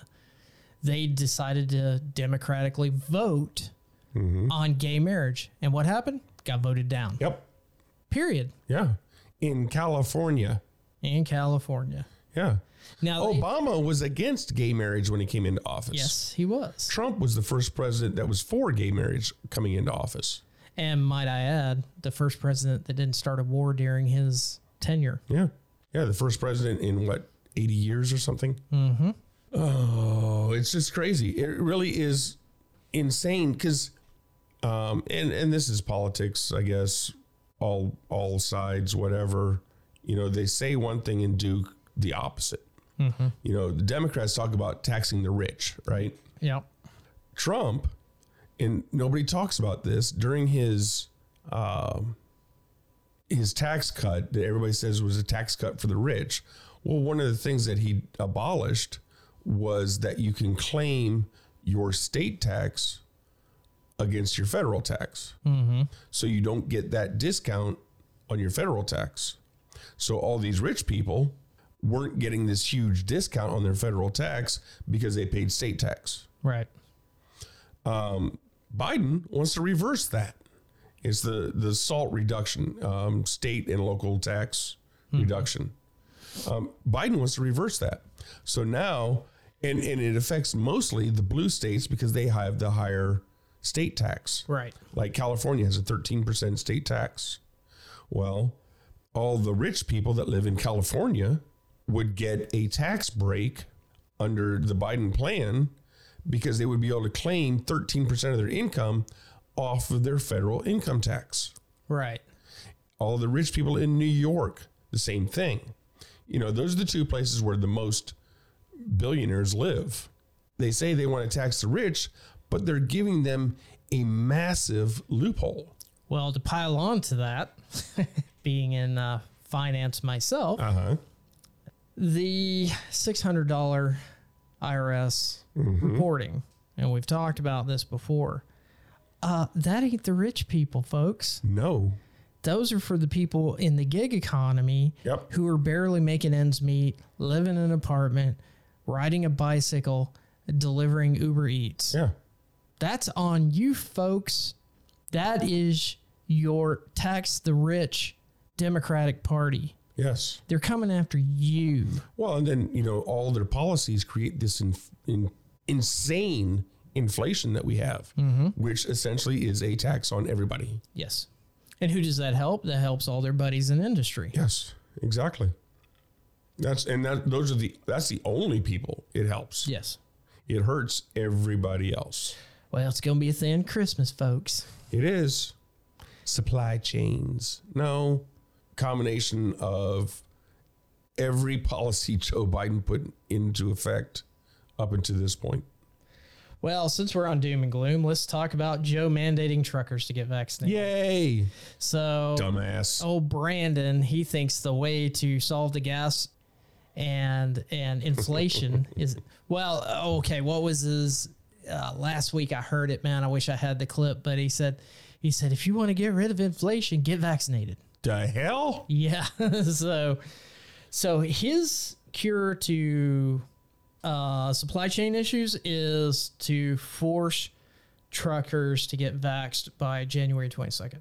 D: They decided to democratically vote on gay marriage. And what happened? Got voted down.
C: Yep.
D: Period.
C: Yeah. In California.
D: In California.
C: Yeah.
D: Now,
C: Oh, Obama was against gay marriage when he came into office.
D: yes, he was.
C: Trump was the first president that was for gay marriage coming into office.
D: And might I add, the first president that didn't start a war during his tenure.
C: Yeah. Yeah. The first president in what, 80 years or something? Mm hmm. Oh, it's just crazy. It really is insane because, um, and, and this is politics, I guess, all, all sides, whatever. You know, they say one thing and do the opposite. You know, the Democrats talk about taxing the rich, right?
D: Yeah.
C: Trump, and nobody talks about this during his um, his tax cut that everybody says was a tax cut for the rich. Well, one of the things that he abolished was that you can claim your state tax against your federal tax. So you don't get that discount on your federal tax. So all these rich people weren't getting this huge discount on their federal tax because they paid state tax.
D: Right.
C: Um, Biden wants to reverse that. It's the the salt reduction, um, state and local tax reduction. Um, Biden wants to reverse that. So now, and and it affects mostly the blue states because they have the higher state tax.
D: Right.
C: Like California has a thirteen percent state tax. Well, all the rich people that live in California would get a tax break under the Biden plan because they would be able to claim 13% of their income off of their federal income tax.
D: Right.
C: All the rich people in New York, the same thing. You know, those are the two places where the most billionaires live. They say they want to tax the rich, but they're giving them a massive loophole.
D: Well, to pile on to that, *laughs* being in uh, finance myself,
C: Uh huh.
D: the $600 IRS reporting, and we've talked about this before. Uh, that ain't the rich people, folks.
C: No.
D: Those are for the people in the gig economy
C: Yep.
D: who are barely making ends meet, living in an apartment, riding a bicycle, delivering Uber Eats.
C: Yeah.
D: That's on you folks. That is your tax the rich Democratic Party.
C: Yes.
D: They're coming after you.
C: Well, and then, you know, all their policies create this in, in, insane inflation that we have, which essentially is a tax on everybody.
D: Yes. And who does that help? That helps all their buddies in industry.
C: Yes, exactly. That's and that those are the that's the only people it helps.
D: Yes.
C: It hurts everybody else.
D: Well, it's going to be a thin Christmas, folks.
C: It is supply chains. No combination of every policy Joe Biden put into effect up until this point.
D: Well, since we're on doom and gloom, let's talk about Joe mandating truckers to get vaccinated.
C: Yay,
D: So,
C: dumbass.
D: Oh, Brandon, he thinks the way to solve the gas and and inflation is well, okay, what was his uh, last week I heard it, man. I wish I had the clip, but he said he said if you want to get rid of inflation, get vaccinated.
C: The hell?
D: Yeah. *laughs* so so his cure to uh, supply chain issues is to force truckers to get vaxxed by January 22nd.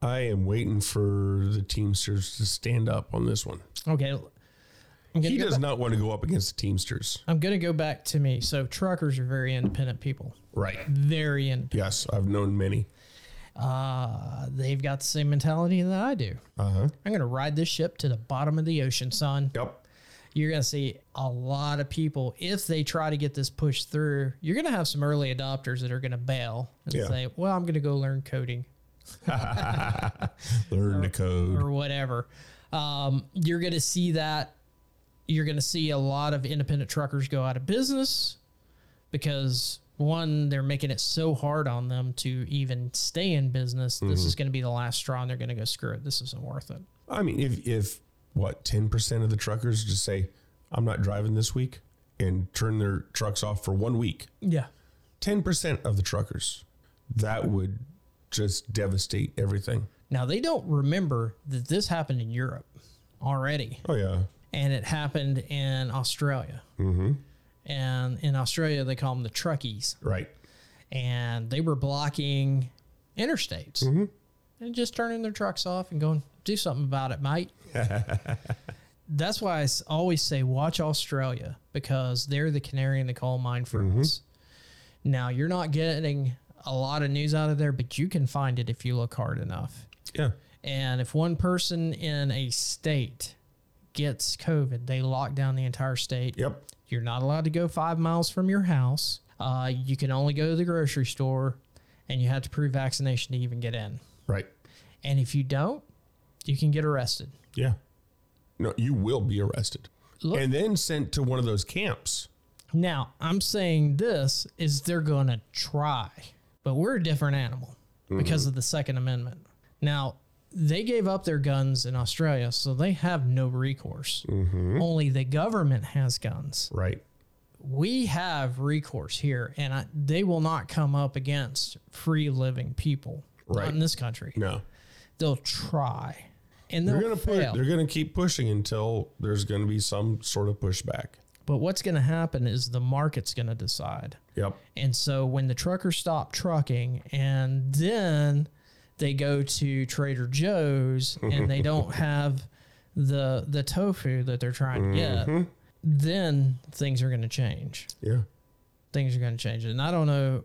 C: I am waiting for the Teamsters to stand up on this one.
D: Okay. I'm gonna
C: He
D: go
C: does not want to go up against the Teamsters.
D: I'm going to go back to me. So truckers are very independent people.
C: Right.
D: Very independent.
C: Yes, I've known many.
D: Uh, they've got the same mentality that I do. Uh-huh. I'm going to ride this ship to the bottom of the ocean, son.
C: Yep. *laughs*
D: You're going to see a lot of people if they try to get this pushed through. You're going to have some early adopters that are going to bail and
C: Yeah.
D: say, "Well, I'm going to go learn coding."
C: Learn to code.
D: or whatever. Um, you're going to see that. You're going to see a lot of independent truckers go out of business because one, they're making it so hard on them to even stay in business. This is going to be the last straw, and they're going to go screw it. This isn't worth it.
C: I mean, if if what ten percent of the truckers just say, "I'm not driving this week," and turn their trucks off for one week,
D: Yeah.
C: ten percent of the truckers, that would just devastate everything.
D: Now they don't remember that this happened in Europe already,
C: Oh yeah,
D: and it happened in Australia. Mm-hmm. And in Australia, they call them the truckies.
C: right.
D: and they were blocking interstates and just turning their trucks off and going, do something about it, mate. That's why I s- always say, watch Australia because they're the canary in the coal mine for us. Now, you're not getting a lot of news out of there, but you can find it if you look hard enough.
C: Yeah,
D: And if one person in a state gets COVID, they lock down the entire state.
C: yep,
D: You're not allowed to go five miles from your house. Uh, you can only go to the grocery store, and you have to prove vaccination to even get in.
C: right.
D: And if you don't, you can get arrested.
C: Yeah, no, you will be arrested
D: Look-
C: and then sent to one of those camps.
D: Now, I'm saying this is they're going
C: Mm-hmm.
D: to try, but we're a different animal because of the Second Amendment. Now, they gave up their guns in Australia, so they have no recourse.
C: Mm-hmm.
D: Only the government has guns.
C: Right.
D: We have recourse here, and I, they will not come up against free living people.
C: Right.
D: Not in this country.
C: No.
D: They'll try, and they'll
C: They're gonna put,
D: fail.
C: they're gonna keep pushing until there's gonna be some sort of pushback.
D: but what's going to happen is the market's going to decide.
C: Yep.
D: And so when the truckers stop trucking and then they go to Trader Joe's and they don't have the the tofu that they're trying to get, then things are going to change.
C: Yeah.
D: Things are going to change. And I don't know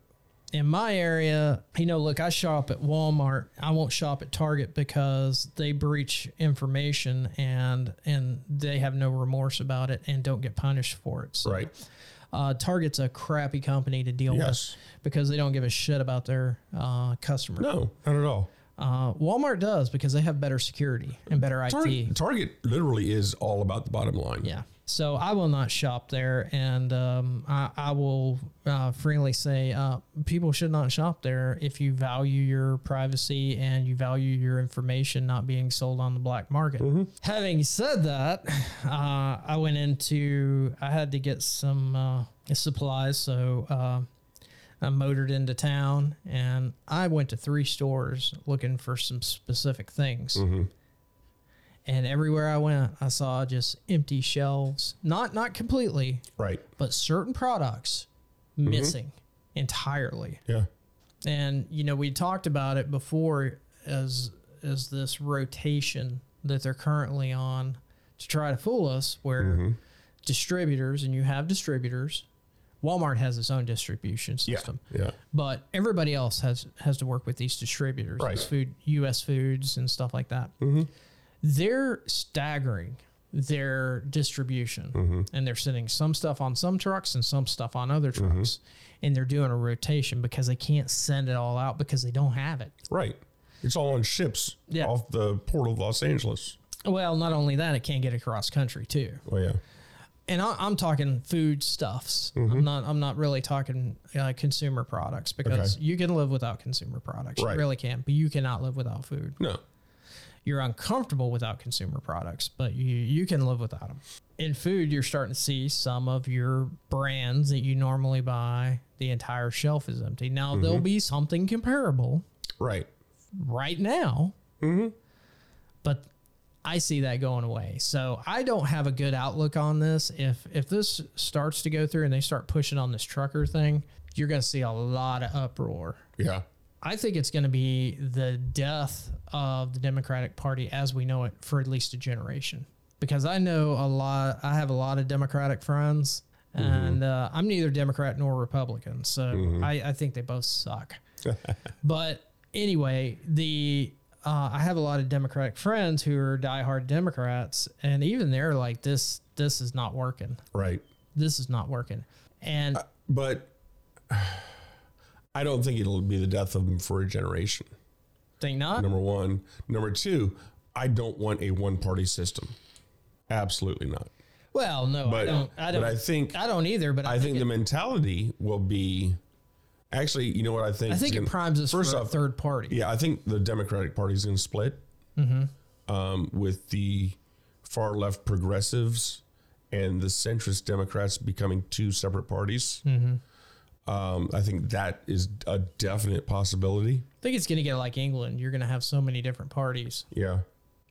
D: in my area, you know, look, I shop at Walmart. I won't shop at Target because they breach information and and they have no remorse about it and don't get punished for it. So
C: Right.
D: uh, Target's a crappy company to deal
C: Yes.
D: with because they don't give a shit about their uh, customers.
C: No, not at all.
D: Uh, Walmart does because they have better security and better IT.
C: Target, Target literally is all about the bottom line.
D: Yeah. So I will not shop there, and um, I, I will uh, freely say uh, people should not shop there if you value your privacy and you value your information not being sold on the black market. Having said that, uh, I went into I had to get some uh, supplies, so uh, I motored into town, and I went to three stores looking for some specific things. And everywhere I went, I saw just empty shelves. Not not completely,
C: Right.
D: but certain products
C: Mm-hmm.
D: missing entirely.
C: Yeah.
D: And you know, we talked about it before as as this rotation that they're currently on to try to fool us where
C: Mm-hmm.
D: distributors and you have distributors. Walmart has its own distribution
C: Yeah.
D: system
C: Yeah.
D: but everybody else has has to work with these distributors,
C: Right. Mm-hmm.
D: these food U.S. foods and stuff like that. They're staggering their distribution,
C: Mm-hmm.
D: and they're sending some stuff on some trucks and some stuff on other trucks, and they're doing a rotation because they can't send it all out because they don't have it.
C: Right. It's all on ships
D: Yeah.
C: off the port of Los Angeles.
D: Well, not only that, it can't get across country too.
C: Oh yeah.
D: and I, I'm talking food stuffs.
C: Mm-hmm.
D: I'm not. I'm not really talking uh, consumer products because
C: Okay.
D: you can live without consumer products.
C: Right.
D: You really can, but you cannot live without food.
C: No.
D: You're uncomfortable without consumer products, but you you can live without them. In food, you're starting to see some of your brands that you normally buy. The entire shelf is empty. Now there'll be something comparable
C: Right.
D: right now. But I see that going away. So I don't have a good outlook on this. If if this starts to go through and they start pushing on this trucker thing, you're going to see a lot of uproar.
C: Yeah.
D: I think it's going to be the death of the Democratic Party as we know it for at least a generation. Because I know a lot, I have a lot of Democratic friends,
C: Mm-hmm.
D: and uh, I'm neither Democrat nor Republican. So I, I think they
C: *laughs*
D: both suck. but anyway, the. Uh, I have a lot of Democratic friends who are diehard Democrats, and even they're like, "This, this is not working.
C: Right.
D: This is not working." And
C: But *sighs* I don't think it'll be the death of them for a generation.
D: think not.
C: Number one. Number two, I don't want a one party system. Absolutely not.
D: Well, no, I
C: But-
D: don't. I
C: but
D: don't.
C: I think-
D: I don't either. But I,
C: I
D: think,
C: think the mentality will be actually, you know what I think?
D: I think it primes us
C: First
D: for
C: off,
D: a third party.
C: Yeah, I think the Democratic Party is going to split um, with the far left progressives and the centrist Democrats becoming two separate parties. Um, I think that is a definite possibility.
D: I think it's going to get like England. You're going to have so many different parties.
C: Yeah,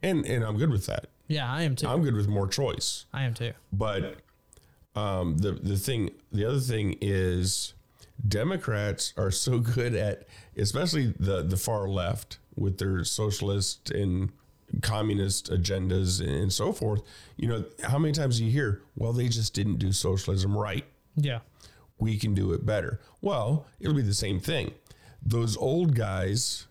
C: and and I'm good with that.
D: Yeah, I am too.
C: I'm good with more choice.
D: I am too.
C: But um, the the thing, the other thing is, Democrats are so *laughs* good at, especially the the far left with their socialist and communist agendas and so forth. You know, how many times do you hear, "Well, they just didn't do socialism right.
D: Yeah.
C: We can do it better." Well, it'll be the same thing. Those old guys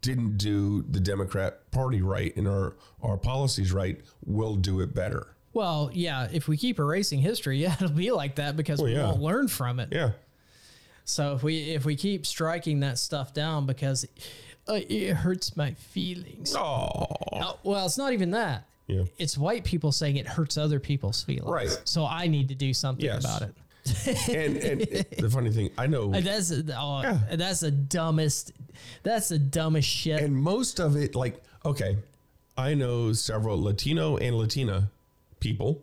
C: didn't do the Democrat Party right and our our policies right. We'll do it better.
D: Well, yeah. If we keep erasing history, *laughs* yeah, it'll be like that because we
C: yeah.
D: won't learn from it.
C: Yeah.
D: So if we if we keep striking that stuff down because uh, it hurts my feelings.
C: Oh.
D: Uh, well, it's not even that.
C: Yeah.
D: It's white people saying it hurts other people's feelings.
C: Right.
D: So I need to do something
C: Yes.
D: about it.
C: and,
D: *laughs*
C: and the funny thing, I know,
D: Uh, That's uh, oh, that's the dumbest. That's the dumbest shit.
C: and most of it, like Okay. I know several Latino and Latina people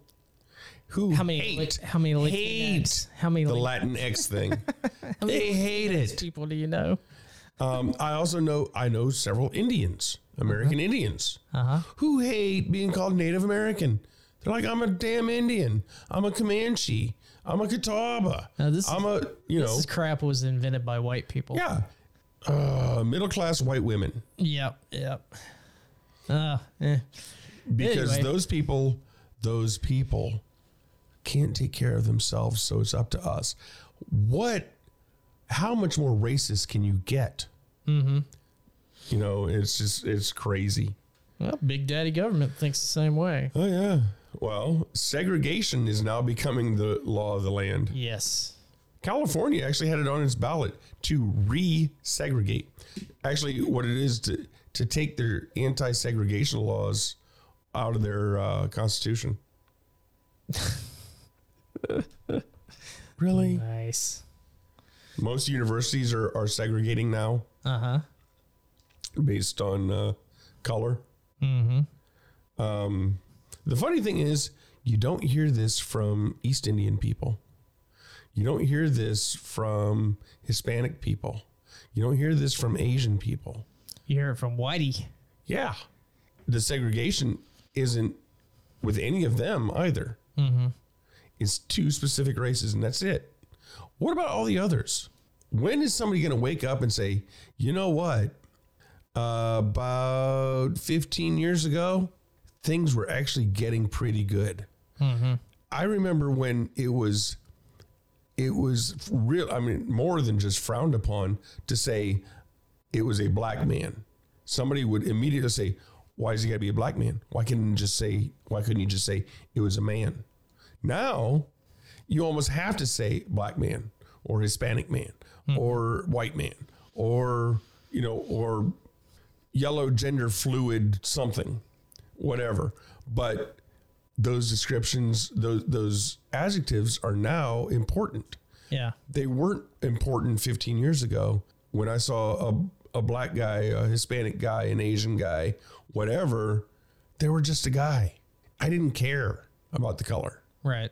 C: who
D: How many?
C: hate,
D: Lat- how many? Latinx?
C: hate
D: How many?
C: the
D: Lat-
C: Latinx
D: *laughs*
C: thing. they hate it.
D: people do you know?
C: Um, I also know I know several Indians, American
D: Uh-huh.
C: Indians, who hate being called Native American. They're like, I'm a damn Indian. I'm a Comanche. I'm a Catawba.
D: Now, this
C: I'm a you know
D: This crap was invented by white people.
C: yeah, uh, middle class white women
D: Yep. Yep. Uh, eh.
C: because
D: Anyway.
C: those people those people can't take care of themselves, so it's up to us. What? How much more racist can you get? Mm-hmm. You know, it's just it's crazy.
D: Well, Big Daddy government thinks the same way.
C: Oh yeah. Well, segregation is now becoming the law of the land.
D: Yes.
C: California actually had it on its ballot to re-segregate. Actually, what it is to to take their anti-segregation laws out of their uh, constitution. really?
D: Nice.
C: Most universities are, are segregating now
D: Uh huh.
C: based on uh, color.
D: Mm-hmm.
C: Um, the funny thing is, you don't hear this from East Indian people. You don't hear this from Hispanic people. You don't hear this from Asian people.
D: You hear it from Whitey.
C: Yeah. The segregation isn't with any of them either. It's two specific races, and that's it. What about all the others? When is somebody going to wake up and say, you know what? about 15 years ago, things were actually getting pretty good. I remember when it was, it was real. I mean, more than just frowned upon to say it was a black man. Somebody would immediately say, "Why is he got to be a black man? Why couldn't you just say? Why couldn't you just say it was a man?" Now, you almost have to say black man or Hispanic man or white man or you know or yellow gender fluid something whatever but those descriptions those those adjectives are now important
D: Yeah.
C: they weren't important 15 years ago when i saw a, a black guy a hispanic guy an asian guy whatever they were just a guy i didn't care about the color
D: Right.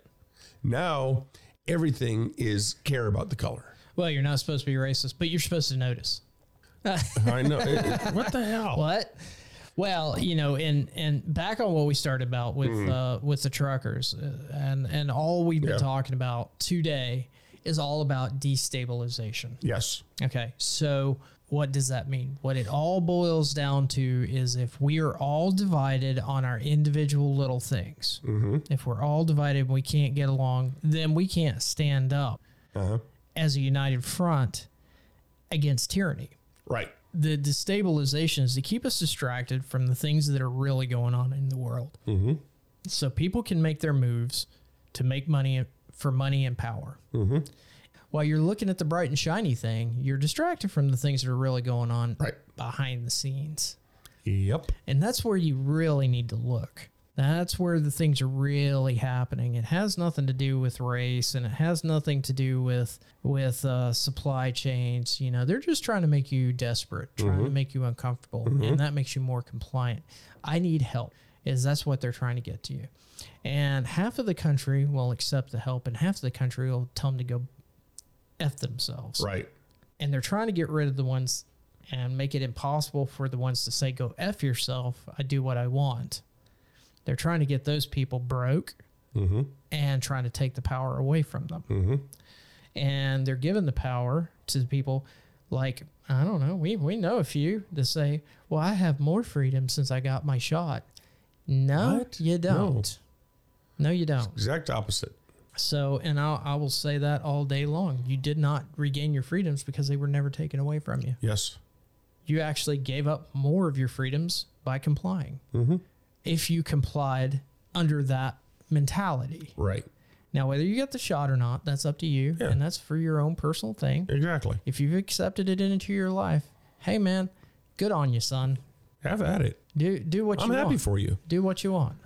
C: now everything is care about the color
D: Well, you're not supposed to be racist, but you're supposed to notice.
C: i know It- it- *laughs* what the hell
D: What? Well, you know, and and back on what we started about with uh, with the truckers, uh, and and all we've been
C: Yeah.
D: talking about today is all about destabilization.
C: yes
D: Okay, so what does that mean? What it all boils down to is if we are all divided on our individual little things, if we're all divided and we can't get along, then we can't stand up as a united front against tyranny.
C: right
D: The destabilization is to keep us distracted from the things that are really going on in the world. Mm-hmm. So people can make their moves to make money for money and power while you're looking at the bright and shiny thing, you're distracted from the things that are really going on
C: Right.
D: behind the scenes.
C: yep
D: And that's where you really need to look. That's where the things are really happening. It has nothing to do with race and it has nothing to do with with uh, supply chains. You know, they're just trying to make you desperate, trying to make you uncomfortable, and that makes you more compliant. I need help. Is that's what they're trying to get to you. And half of the country will accept the help and half of the country will tell them to go F themselves
C: right
D: and they're trying to get rid of the ones and make it impossible for the ones to say go f yourself i do what i want they're trying to get those people broke and trying to take the power away from them and they're giving the power to the people like i don't know we, we know a few that say well i have more freedom since i got my shot no
C: What?
D: you don't no you don't
C: exact opposite
D: so, and I'll, I will say that all day long. You did not regain your freedoms because they were never taken away from you.
C: yes
D: You actually gave up more of your freedoms by complying.
C: Mm-hmm.
D: If you complied under that mentality.
C: right
D: Now, whether you get the shot or not, that's up to you.
C: Yeah.
D: And that's for your own personal thing.
C: exactly
D: If you've accepted it into your life, hey, man, good on you, son.
C: have at it
D: Do, do what
C: i'm
D: you
C: happy
D: want
C: for you
D: do what you want.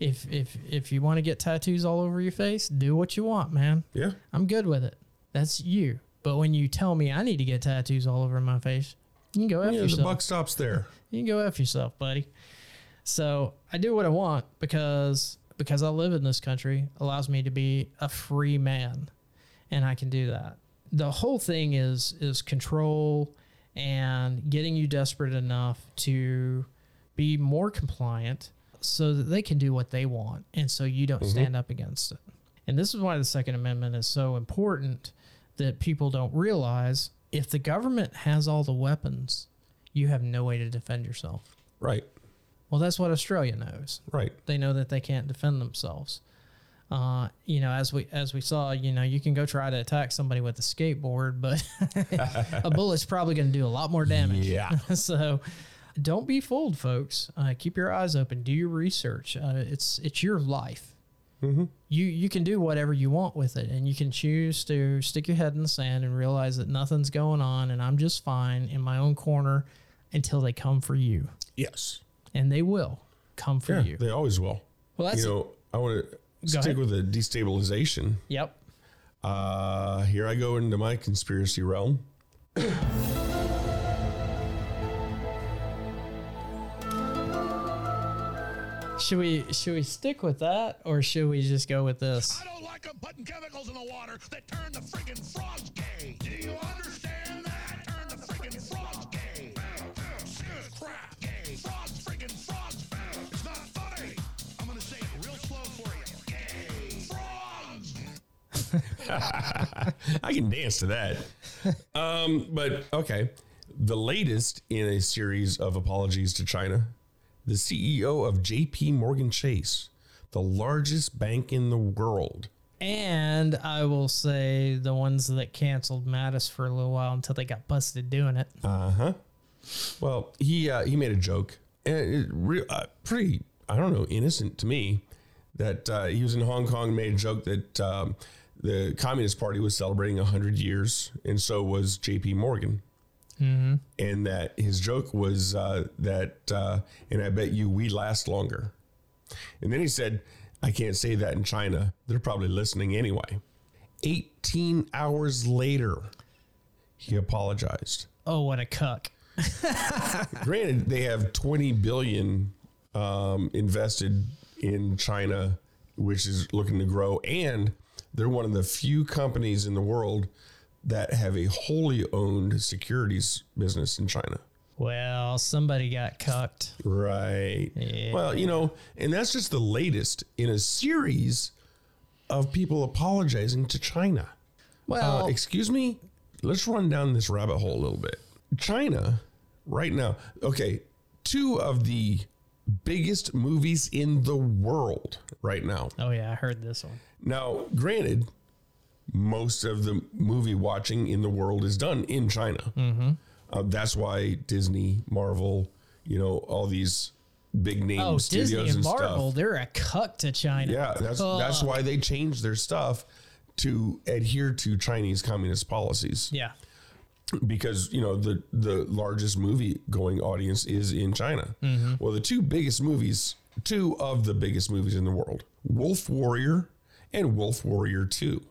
D: If if if you want to get tattoos all over your face, do what you want, man.
C: Yeah.
D: I'm good with it. That's you. But when you tell me I need to get tattoos all over my face, You can go after
C: Yeah, the
D: yourself.
C: buck stops there.
D: You can go F yourself, buddy. So I do what I want because because I live in this country allows me to be a free man and I can do that. The whole thing is is control and getting you desperate enough to be more compliant so that they can do what they want and so you don't stand up against it. And this is why the second amendment is so important that people don't realize if the government has all the weapons, you have no way to defend yourself.
C: Right.
D: Well, that's what Australia knows.
C: Right.
D: They know that they can't defend themselves. Uh, you know, as we as we saw, you know, you can go try to attack somebody with a skateboard, but *laughs* a bullet's probably going to do a lot more damage.
C: Yeah.
D: *laughs* so, don't be fooled, folks. Uh, keep your eyes open. Do your research. Uh, it's it's your life.
C: Mm-hmm.
D: You you can do whatever you want with it, and you can choose to stick your head in the sand and realize that nothing's going on, and I'm just fine in my own corner until they come for you,
C: Yes.
D: and they will come for
C: Yeah,
D: you.
C: they always will.
D: Well, that's
C: you know, I want to stick
D: ahead.
C: with the destabilization.
D: Yep.
C: Uh, here I go into my conspiracy realm. *laughs*
D: Should we should we stick with that or should we just go with this?
I: I don't like them putting chemicals in the water that turn the freaking frogs gay. Do you understand that? Turn the freaking frogs gay. Serious crap. Gay. Frogs, freaking frogs. It's not funny. I'm gonna say it real slow for you. Gay. Frogs.
C: I can dance to that. Um, but okay. The latest in a series of apologies to China, the CEO of JP Morgan Chase, the largest bank in the world.
D: And I will say the ones that canceled Mattis for a little while until they got busted doing it.
C: Well, he uh, he made a joke, and it re- uh, pretty I don't know innocent to me that uh, he was in Hong Kong and made a joke that um, the Communist Party was celebrating hundred years, and so was J.P. Morgan, and that his joke was uh, that, uh, and I bet you we last longer, and then he said, I can't say that in China; they're probably listening anyway. Eighteen hours later, he apologized
D: Oh, what a cuck.
C: granted they have 20 billion um, invested in china which is looking to grow and they're one of the few companies in the world that have a wholly owned securities business in china
D: Well, somebody got cucked.
C: right well you know and that's just the latest in a series of people apologizing to china
D: Well,
C: uh, excuse me. Let's run down this rabbit hole a little bit. China, right now. Okay, two of the biggest movies in the world right now.
D: oh yeah, I heard this one.
C: Now, granted, most of the movie watching in the world is done in China.
D: Mm-hmm.
C: Uh, that's why Disney, Marvel, you know, all these big name
D: Oh,
C: studios
D: Disney
C: and
D: and Marvel,
C: stuff.
D: they're a cuck to China.
C: Yeah, that's
D: Ugh.
C: that's why they changed their stuff to adhere to Chinese communist policies
D: Yeah.
C: because you know the the largest movie going audience is in China. Well, the two biggest movies, two of the biggest movies in the world, Wolf Warrior and Wolf Warrior 2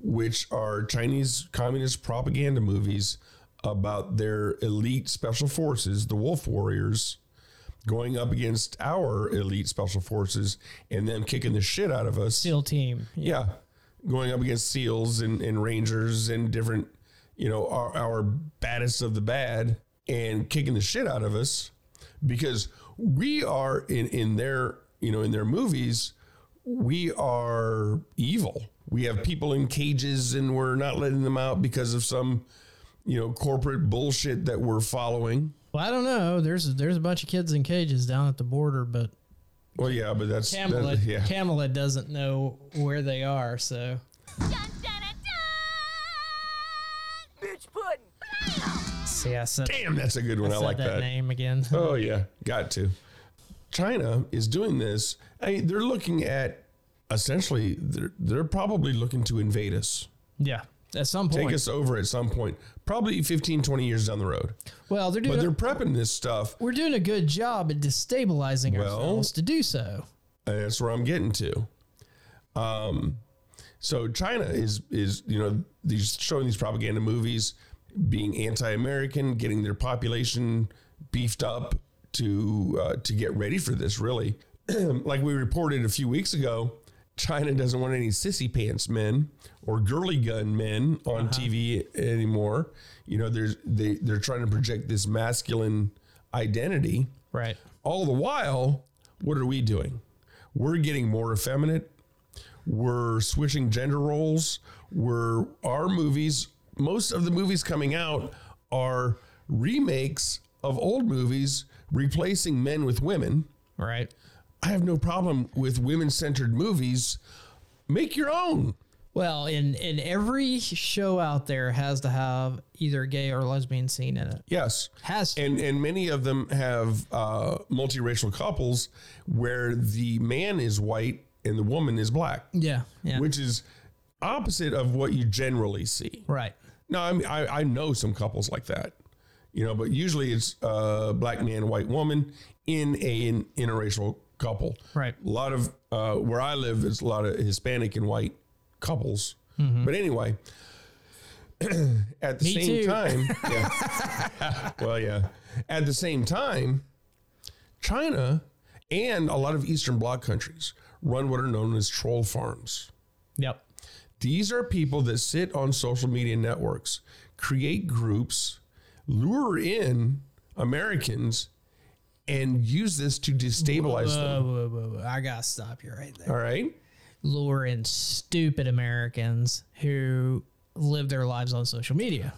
C: which are Chinese communist propaganda movies about their elite special forces, the Wolf Warriors. Going up against our elite special forces and them kicking the shit out of us.
D: Seal team.
C: Yeah, going up against SEALs and, and Rangers and different, you know, our, our baddest of the bad and kicking the shit out of us because we are in in their you know in their movies we are evil. We have people in cages and we're not letting them out because of some you know corporate bullshit that we're following.
D: Well, I don't know. There's there's a bunch of kids in cages down at the border, but
C: Well, yeah, but that's,
D: Camelot
C: that's yeah.
D: Camelot doesn't know where they are, so
B: Dun, dun, dun, dun. Bitch pudding.
D: see I said,
C: Damn, that's a good one. I,
D: said
C: like
D: that,
C: that.
D: name again. *laughs*
C: Oh yeah, got to. China is doing this. I mean, they're looking at essentially they're, they're probably looking to invade us.
D: yeah. At some
C: Take
D: point.
C: us over at some point. Probably 15 20 years down the road.
D: well, they're doing
C: But
D: a-
C: they're prepping this stuff.
D: we're doing a good job at destabilizing ourselves to do so.
C: And that's where I'm getting to. Um so China is is you know these showing these propaganda movies being anti-American, getting their population beefed up to uh, to get ready for this. Really, *clears throat* like we reported a few weeks ago, China doesn't want any sissy pants men or girly gun men on TV anymore. You know, there's they they're trying to project this masculine identity.
D: Right.
C: All the while, what are we doing? We're getting more effeminate. We're switching gender roles. We're our movies. Most of the movies coming out are remakes of old movies, replacing men with women.
D: Right.
C: I have no problem with women-centered movies. Make your own.
D: Well, and and every show out there has to have either a gay or lesbian scene in it.
C: Yes,
D: Has to.
C: and and many of them have uh, multiracial couples where the man is white and the woman is black,
D: Yeah. Yeah.
C: which is opposite of what you generally see.
D: right.
C: No, I, mean, I I know some couples like that, you know, but usually it's uh, black man, white woman in a an interracial couple.
D: Right.
C: A lot of uh, where I live is a lot of Hispanic and white couples. But anyway, *clears throat* at the
D: Mm-hmm. Me
C: same
D: too. *laughs*
C: time, yeah. well, yeah. At the same time, China and a lot of Eastern Bloc countries run what are known as troll farms.
D: Yep.
C: These are people that sit on social media networks, create groups, lure in Americans, and use this to destabilize
D: Whoa,
C: them.
D: Oh, whoa, whoa, whoa. I gotta stop you right there.
C: All right.
D: Lure in stupid Americans who live their lives on social media.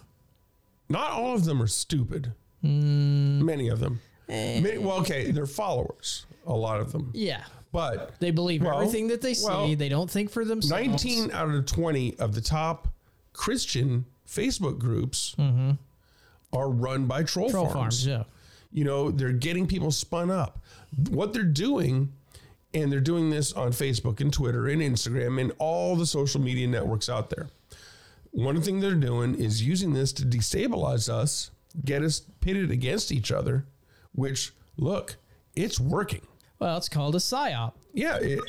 C: Not all of them are stupid.
D: Hmm.
C: Many of them. Many, well, okay, they're followers, a lot of them.
D: Eh. Yeah.
C: But
D: They believe
C: Well,
D: everything that they see.
C: well,
D: they don't think for themselves.
C: 19 out of 20 of the top Christian Facebook groups are run by troll,
D: Mm-hmm. troll
C: farms.
D: farms. Yeah.
C: You know, they're getting people spun up. What they're doing, and they're doing this on Facebook and Twitter and Instagram and all the social media networks out there. One thing they're doing is using this to destabilize us, get us pitted against each other, which, look, it's working.
D: Well, it's called a psyop.
C: Yeah. It,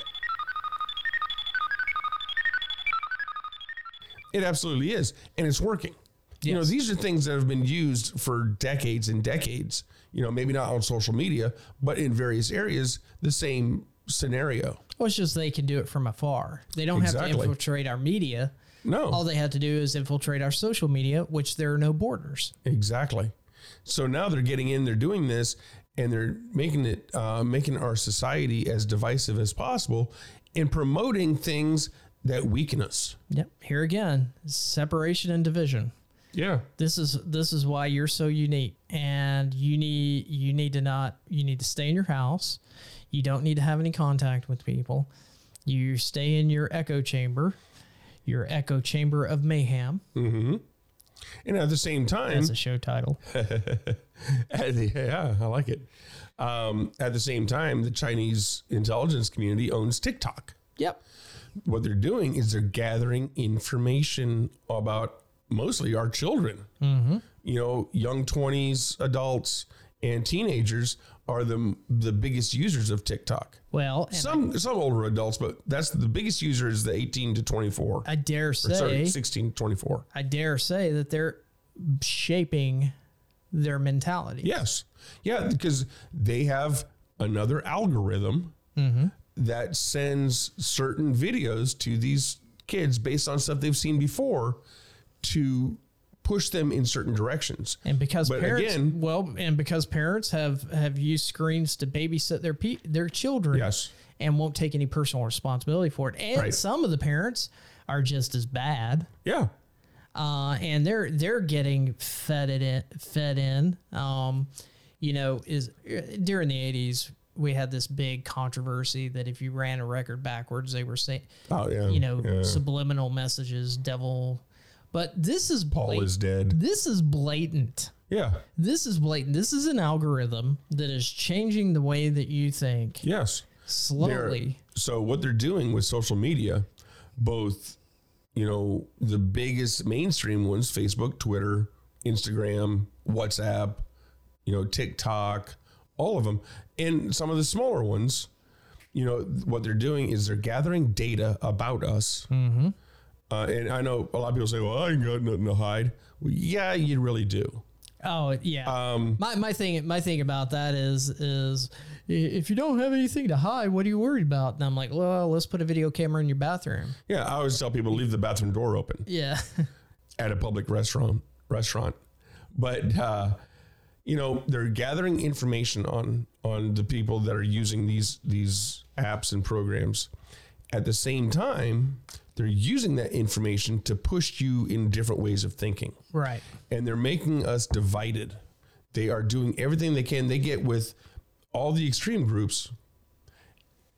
C: it absolutely is. And it's working. You know,
D: Yes.
C: these are things that have been used for decades and decades. You know, maybe not on social media, but in various areas, the same scenario.
D: Well, it's just they can do it from afar. They don't have to
C: Exactly. Oh.
D: infiltrate our media.
C: No.
D: All they have to do is infiltrate our social media, which there are no borders.
C: Exactly. So now they're getting in, they're doing this, and they're making it, uh, making our society as divisive as possible and promoting things that weaken us.
D: Yep. Here again, separation and division.
C: Yeah.
D: This is this is why you're so unique, and you need you need to not you need to stay in your house. You don't need to have any contact with people. You stay in your echo chamber, your echo chamber of mayhem.
C: And at the same time,
D: That's a show title.
C: At the- *laughs* yeah, I like it. Um, at the same time, the Chinese intelligence community owns TikTok.
D: Yep.
C: What they're doing is they're gathering information about mostly our children. You know, young 20s adults and teenagers are the the biggest users of TikTok.
D: Well, and
C: Some some older adults, but that's the biggest user is the 18 to 24.
D: I dare say
C: Sorry, 16 to 24.
D: I dare say that they're shaping their mentality.
C: Yes. Yeah, because they have another algorithm
D: Mm-hmm.
C: that sends certain videos to these kids based on stuff they've seen before to push them in certain directions.
D: And because
C: But
D: parents,
C: again-
D: well, and because parents have have used screens to babysit their pe- their children,
C: Yes.
D: and won't take any personal responsibility for it. And
C: Right.
D: some of the parents are just as bad,
C: Yeah.
D: uh, and they're they're getting fed it in, fed in. Um, you know, is during the eighties we had this big controversy that if you ran a record backwards, they were saying,
C: Oh yeah.
D: you know,
C: Yeah.
D: subliminal messages, devil. But this is
C: Paul
D: blat-
C: is dead.
D: This is blatant.
C: Yeah.
D: This is blatant. This is an algorithm that is changing the way that you think
C: Yes. They're-
D: slowly.
C: so what they're doing with social media, both, you know, the biggest mainstream ones, Facebook, Twitter, Instagram, WhatsApp, you know, TikTok, all of them, and some of the smaller ones, you know, what they're doing is they're gathering data about us Uh, and I know a lot of people say, well, I ain't got nothing to hide. Well, yeah, you really do.
D: Oh yeah.
C: Um,
D: my my thing my thing about that is is i- if you don't have anything to hide, what are you worried about? And I'm like, well, let's put a video camera in your bathroom.
C: Yeah, I always tell people leave the bathroom door open
D: Yeah.
C: at a public restaurant. Restaurant, but uh, you know they're gathering information on on the people that are using these these apps and programs. At the same time, they're using that information to push you in different ways of thinking.
D: right.
C: and they're making us divided. They are doing everything they can. They get with all the extreme groups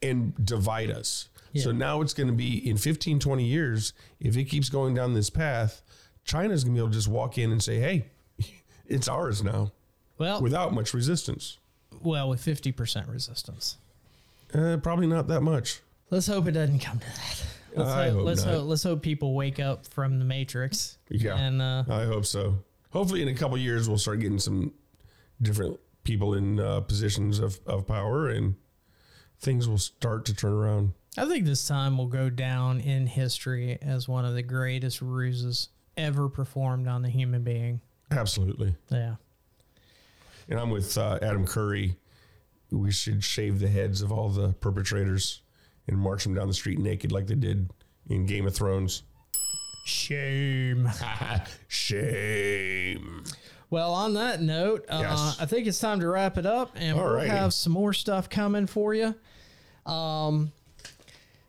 C: and divide us. So
D: Yeah.
C: now it's going to be in 15, 20 years, if it keeps going down this path, China's going to be able to just walk in and say, hey, *laughs* it's ours now
D: Well,
C: without much resistance.
D: well, with fifty percent resistance.
C: Uh, probably not that much.
D: Let's hope it doesn't come to that. Let's
C: I hope
D: let's
C: not.
D: hope let's hope people wake up from the matrix.
C: Yeah.
D: And uh,
C: I hope so. Hopefully, in a couple years, we'll start getting some different people in uh, positions of, of power and things will start to turn around.
D: I think this time will go down in history as one of the greatest ruses ever performed on the human being.
C: Absolutely.
D: Yeah.
C: And I'm with uh, Adam Curry. We should shave the heads of all the perpetrators and march them down the street naked like they did in Game of Thrones.
D: Shame.
C: *laughs* Shame.
D: Well, on that note, uh,
C: Yes.
D: I think it's time to wrap it up, and we'll
C: Alrighty.
D: have some more stuff coming for you um,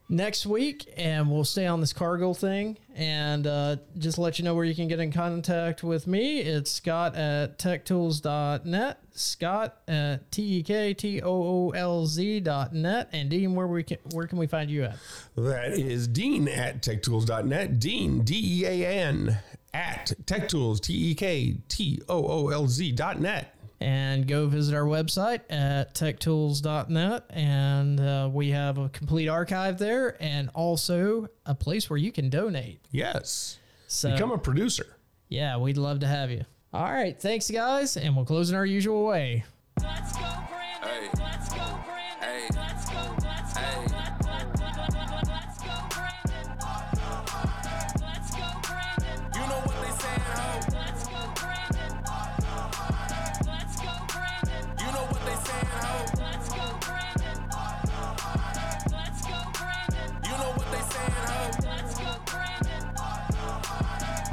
D: next week, and we'll stay on this cargo thing. And uh, just let you know where you can get in contact with me. It's Scott at techtools.net, Scott at T E K T O O L Z dot net, and Dean, where we can where can we find you at?
C: That is Dean at techtools.net. Dean, D E A N, at techtools, T E K T O O L Z dot net.
D: and go visit our website at techtools.net and uh, we have a complete archive there and also a place where you can donate
C: Yes.
D: so
C: Become a producer.
D: yeah we'd love to have you all right thanks guys and we'll close in our usual way
I: Let's go, Brandon. Let's go, Brandon. Let's go. Let's go. Let- let- let- let- let- let- Let's go, Brandon. Let's go, Brandon. You know what they saying, ho. Let's go, Brandon. Let's go, Brandon. You know what they saying, ho. Let's go, Brandon. Let's go, Brandon. You know what they saying, ho. Let's go, Brandon.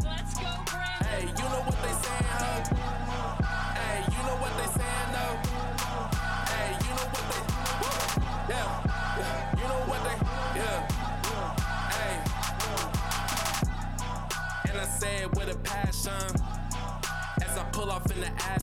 I: Let's go, Brandon. Hey, you know what they saying, ho. Hey, you know what they saying, no. Hey, you know what they. Yeah. You know what they. Yeah. Hey. And I say it with a passion as I pull off in the ass.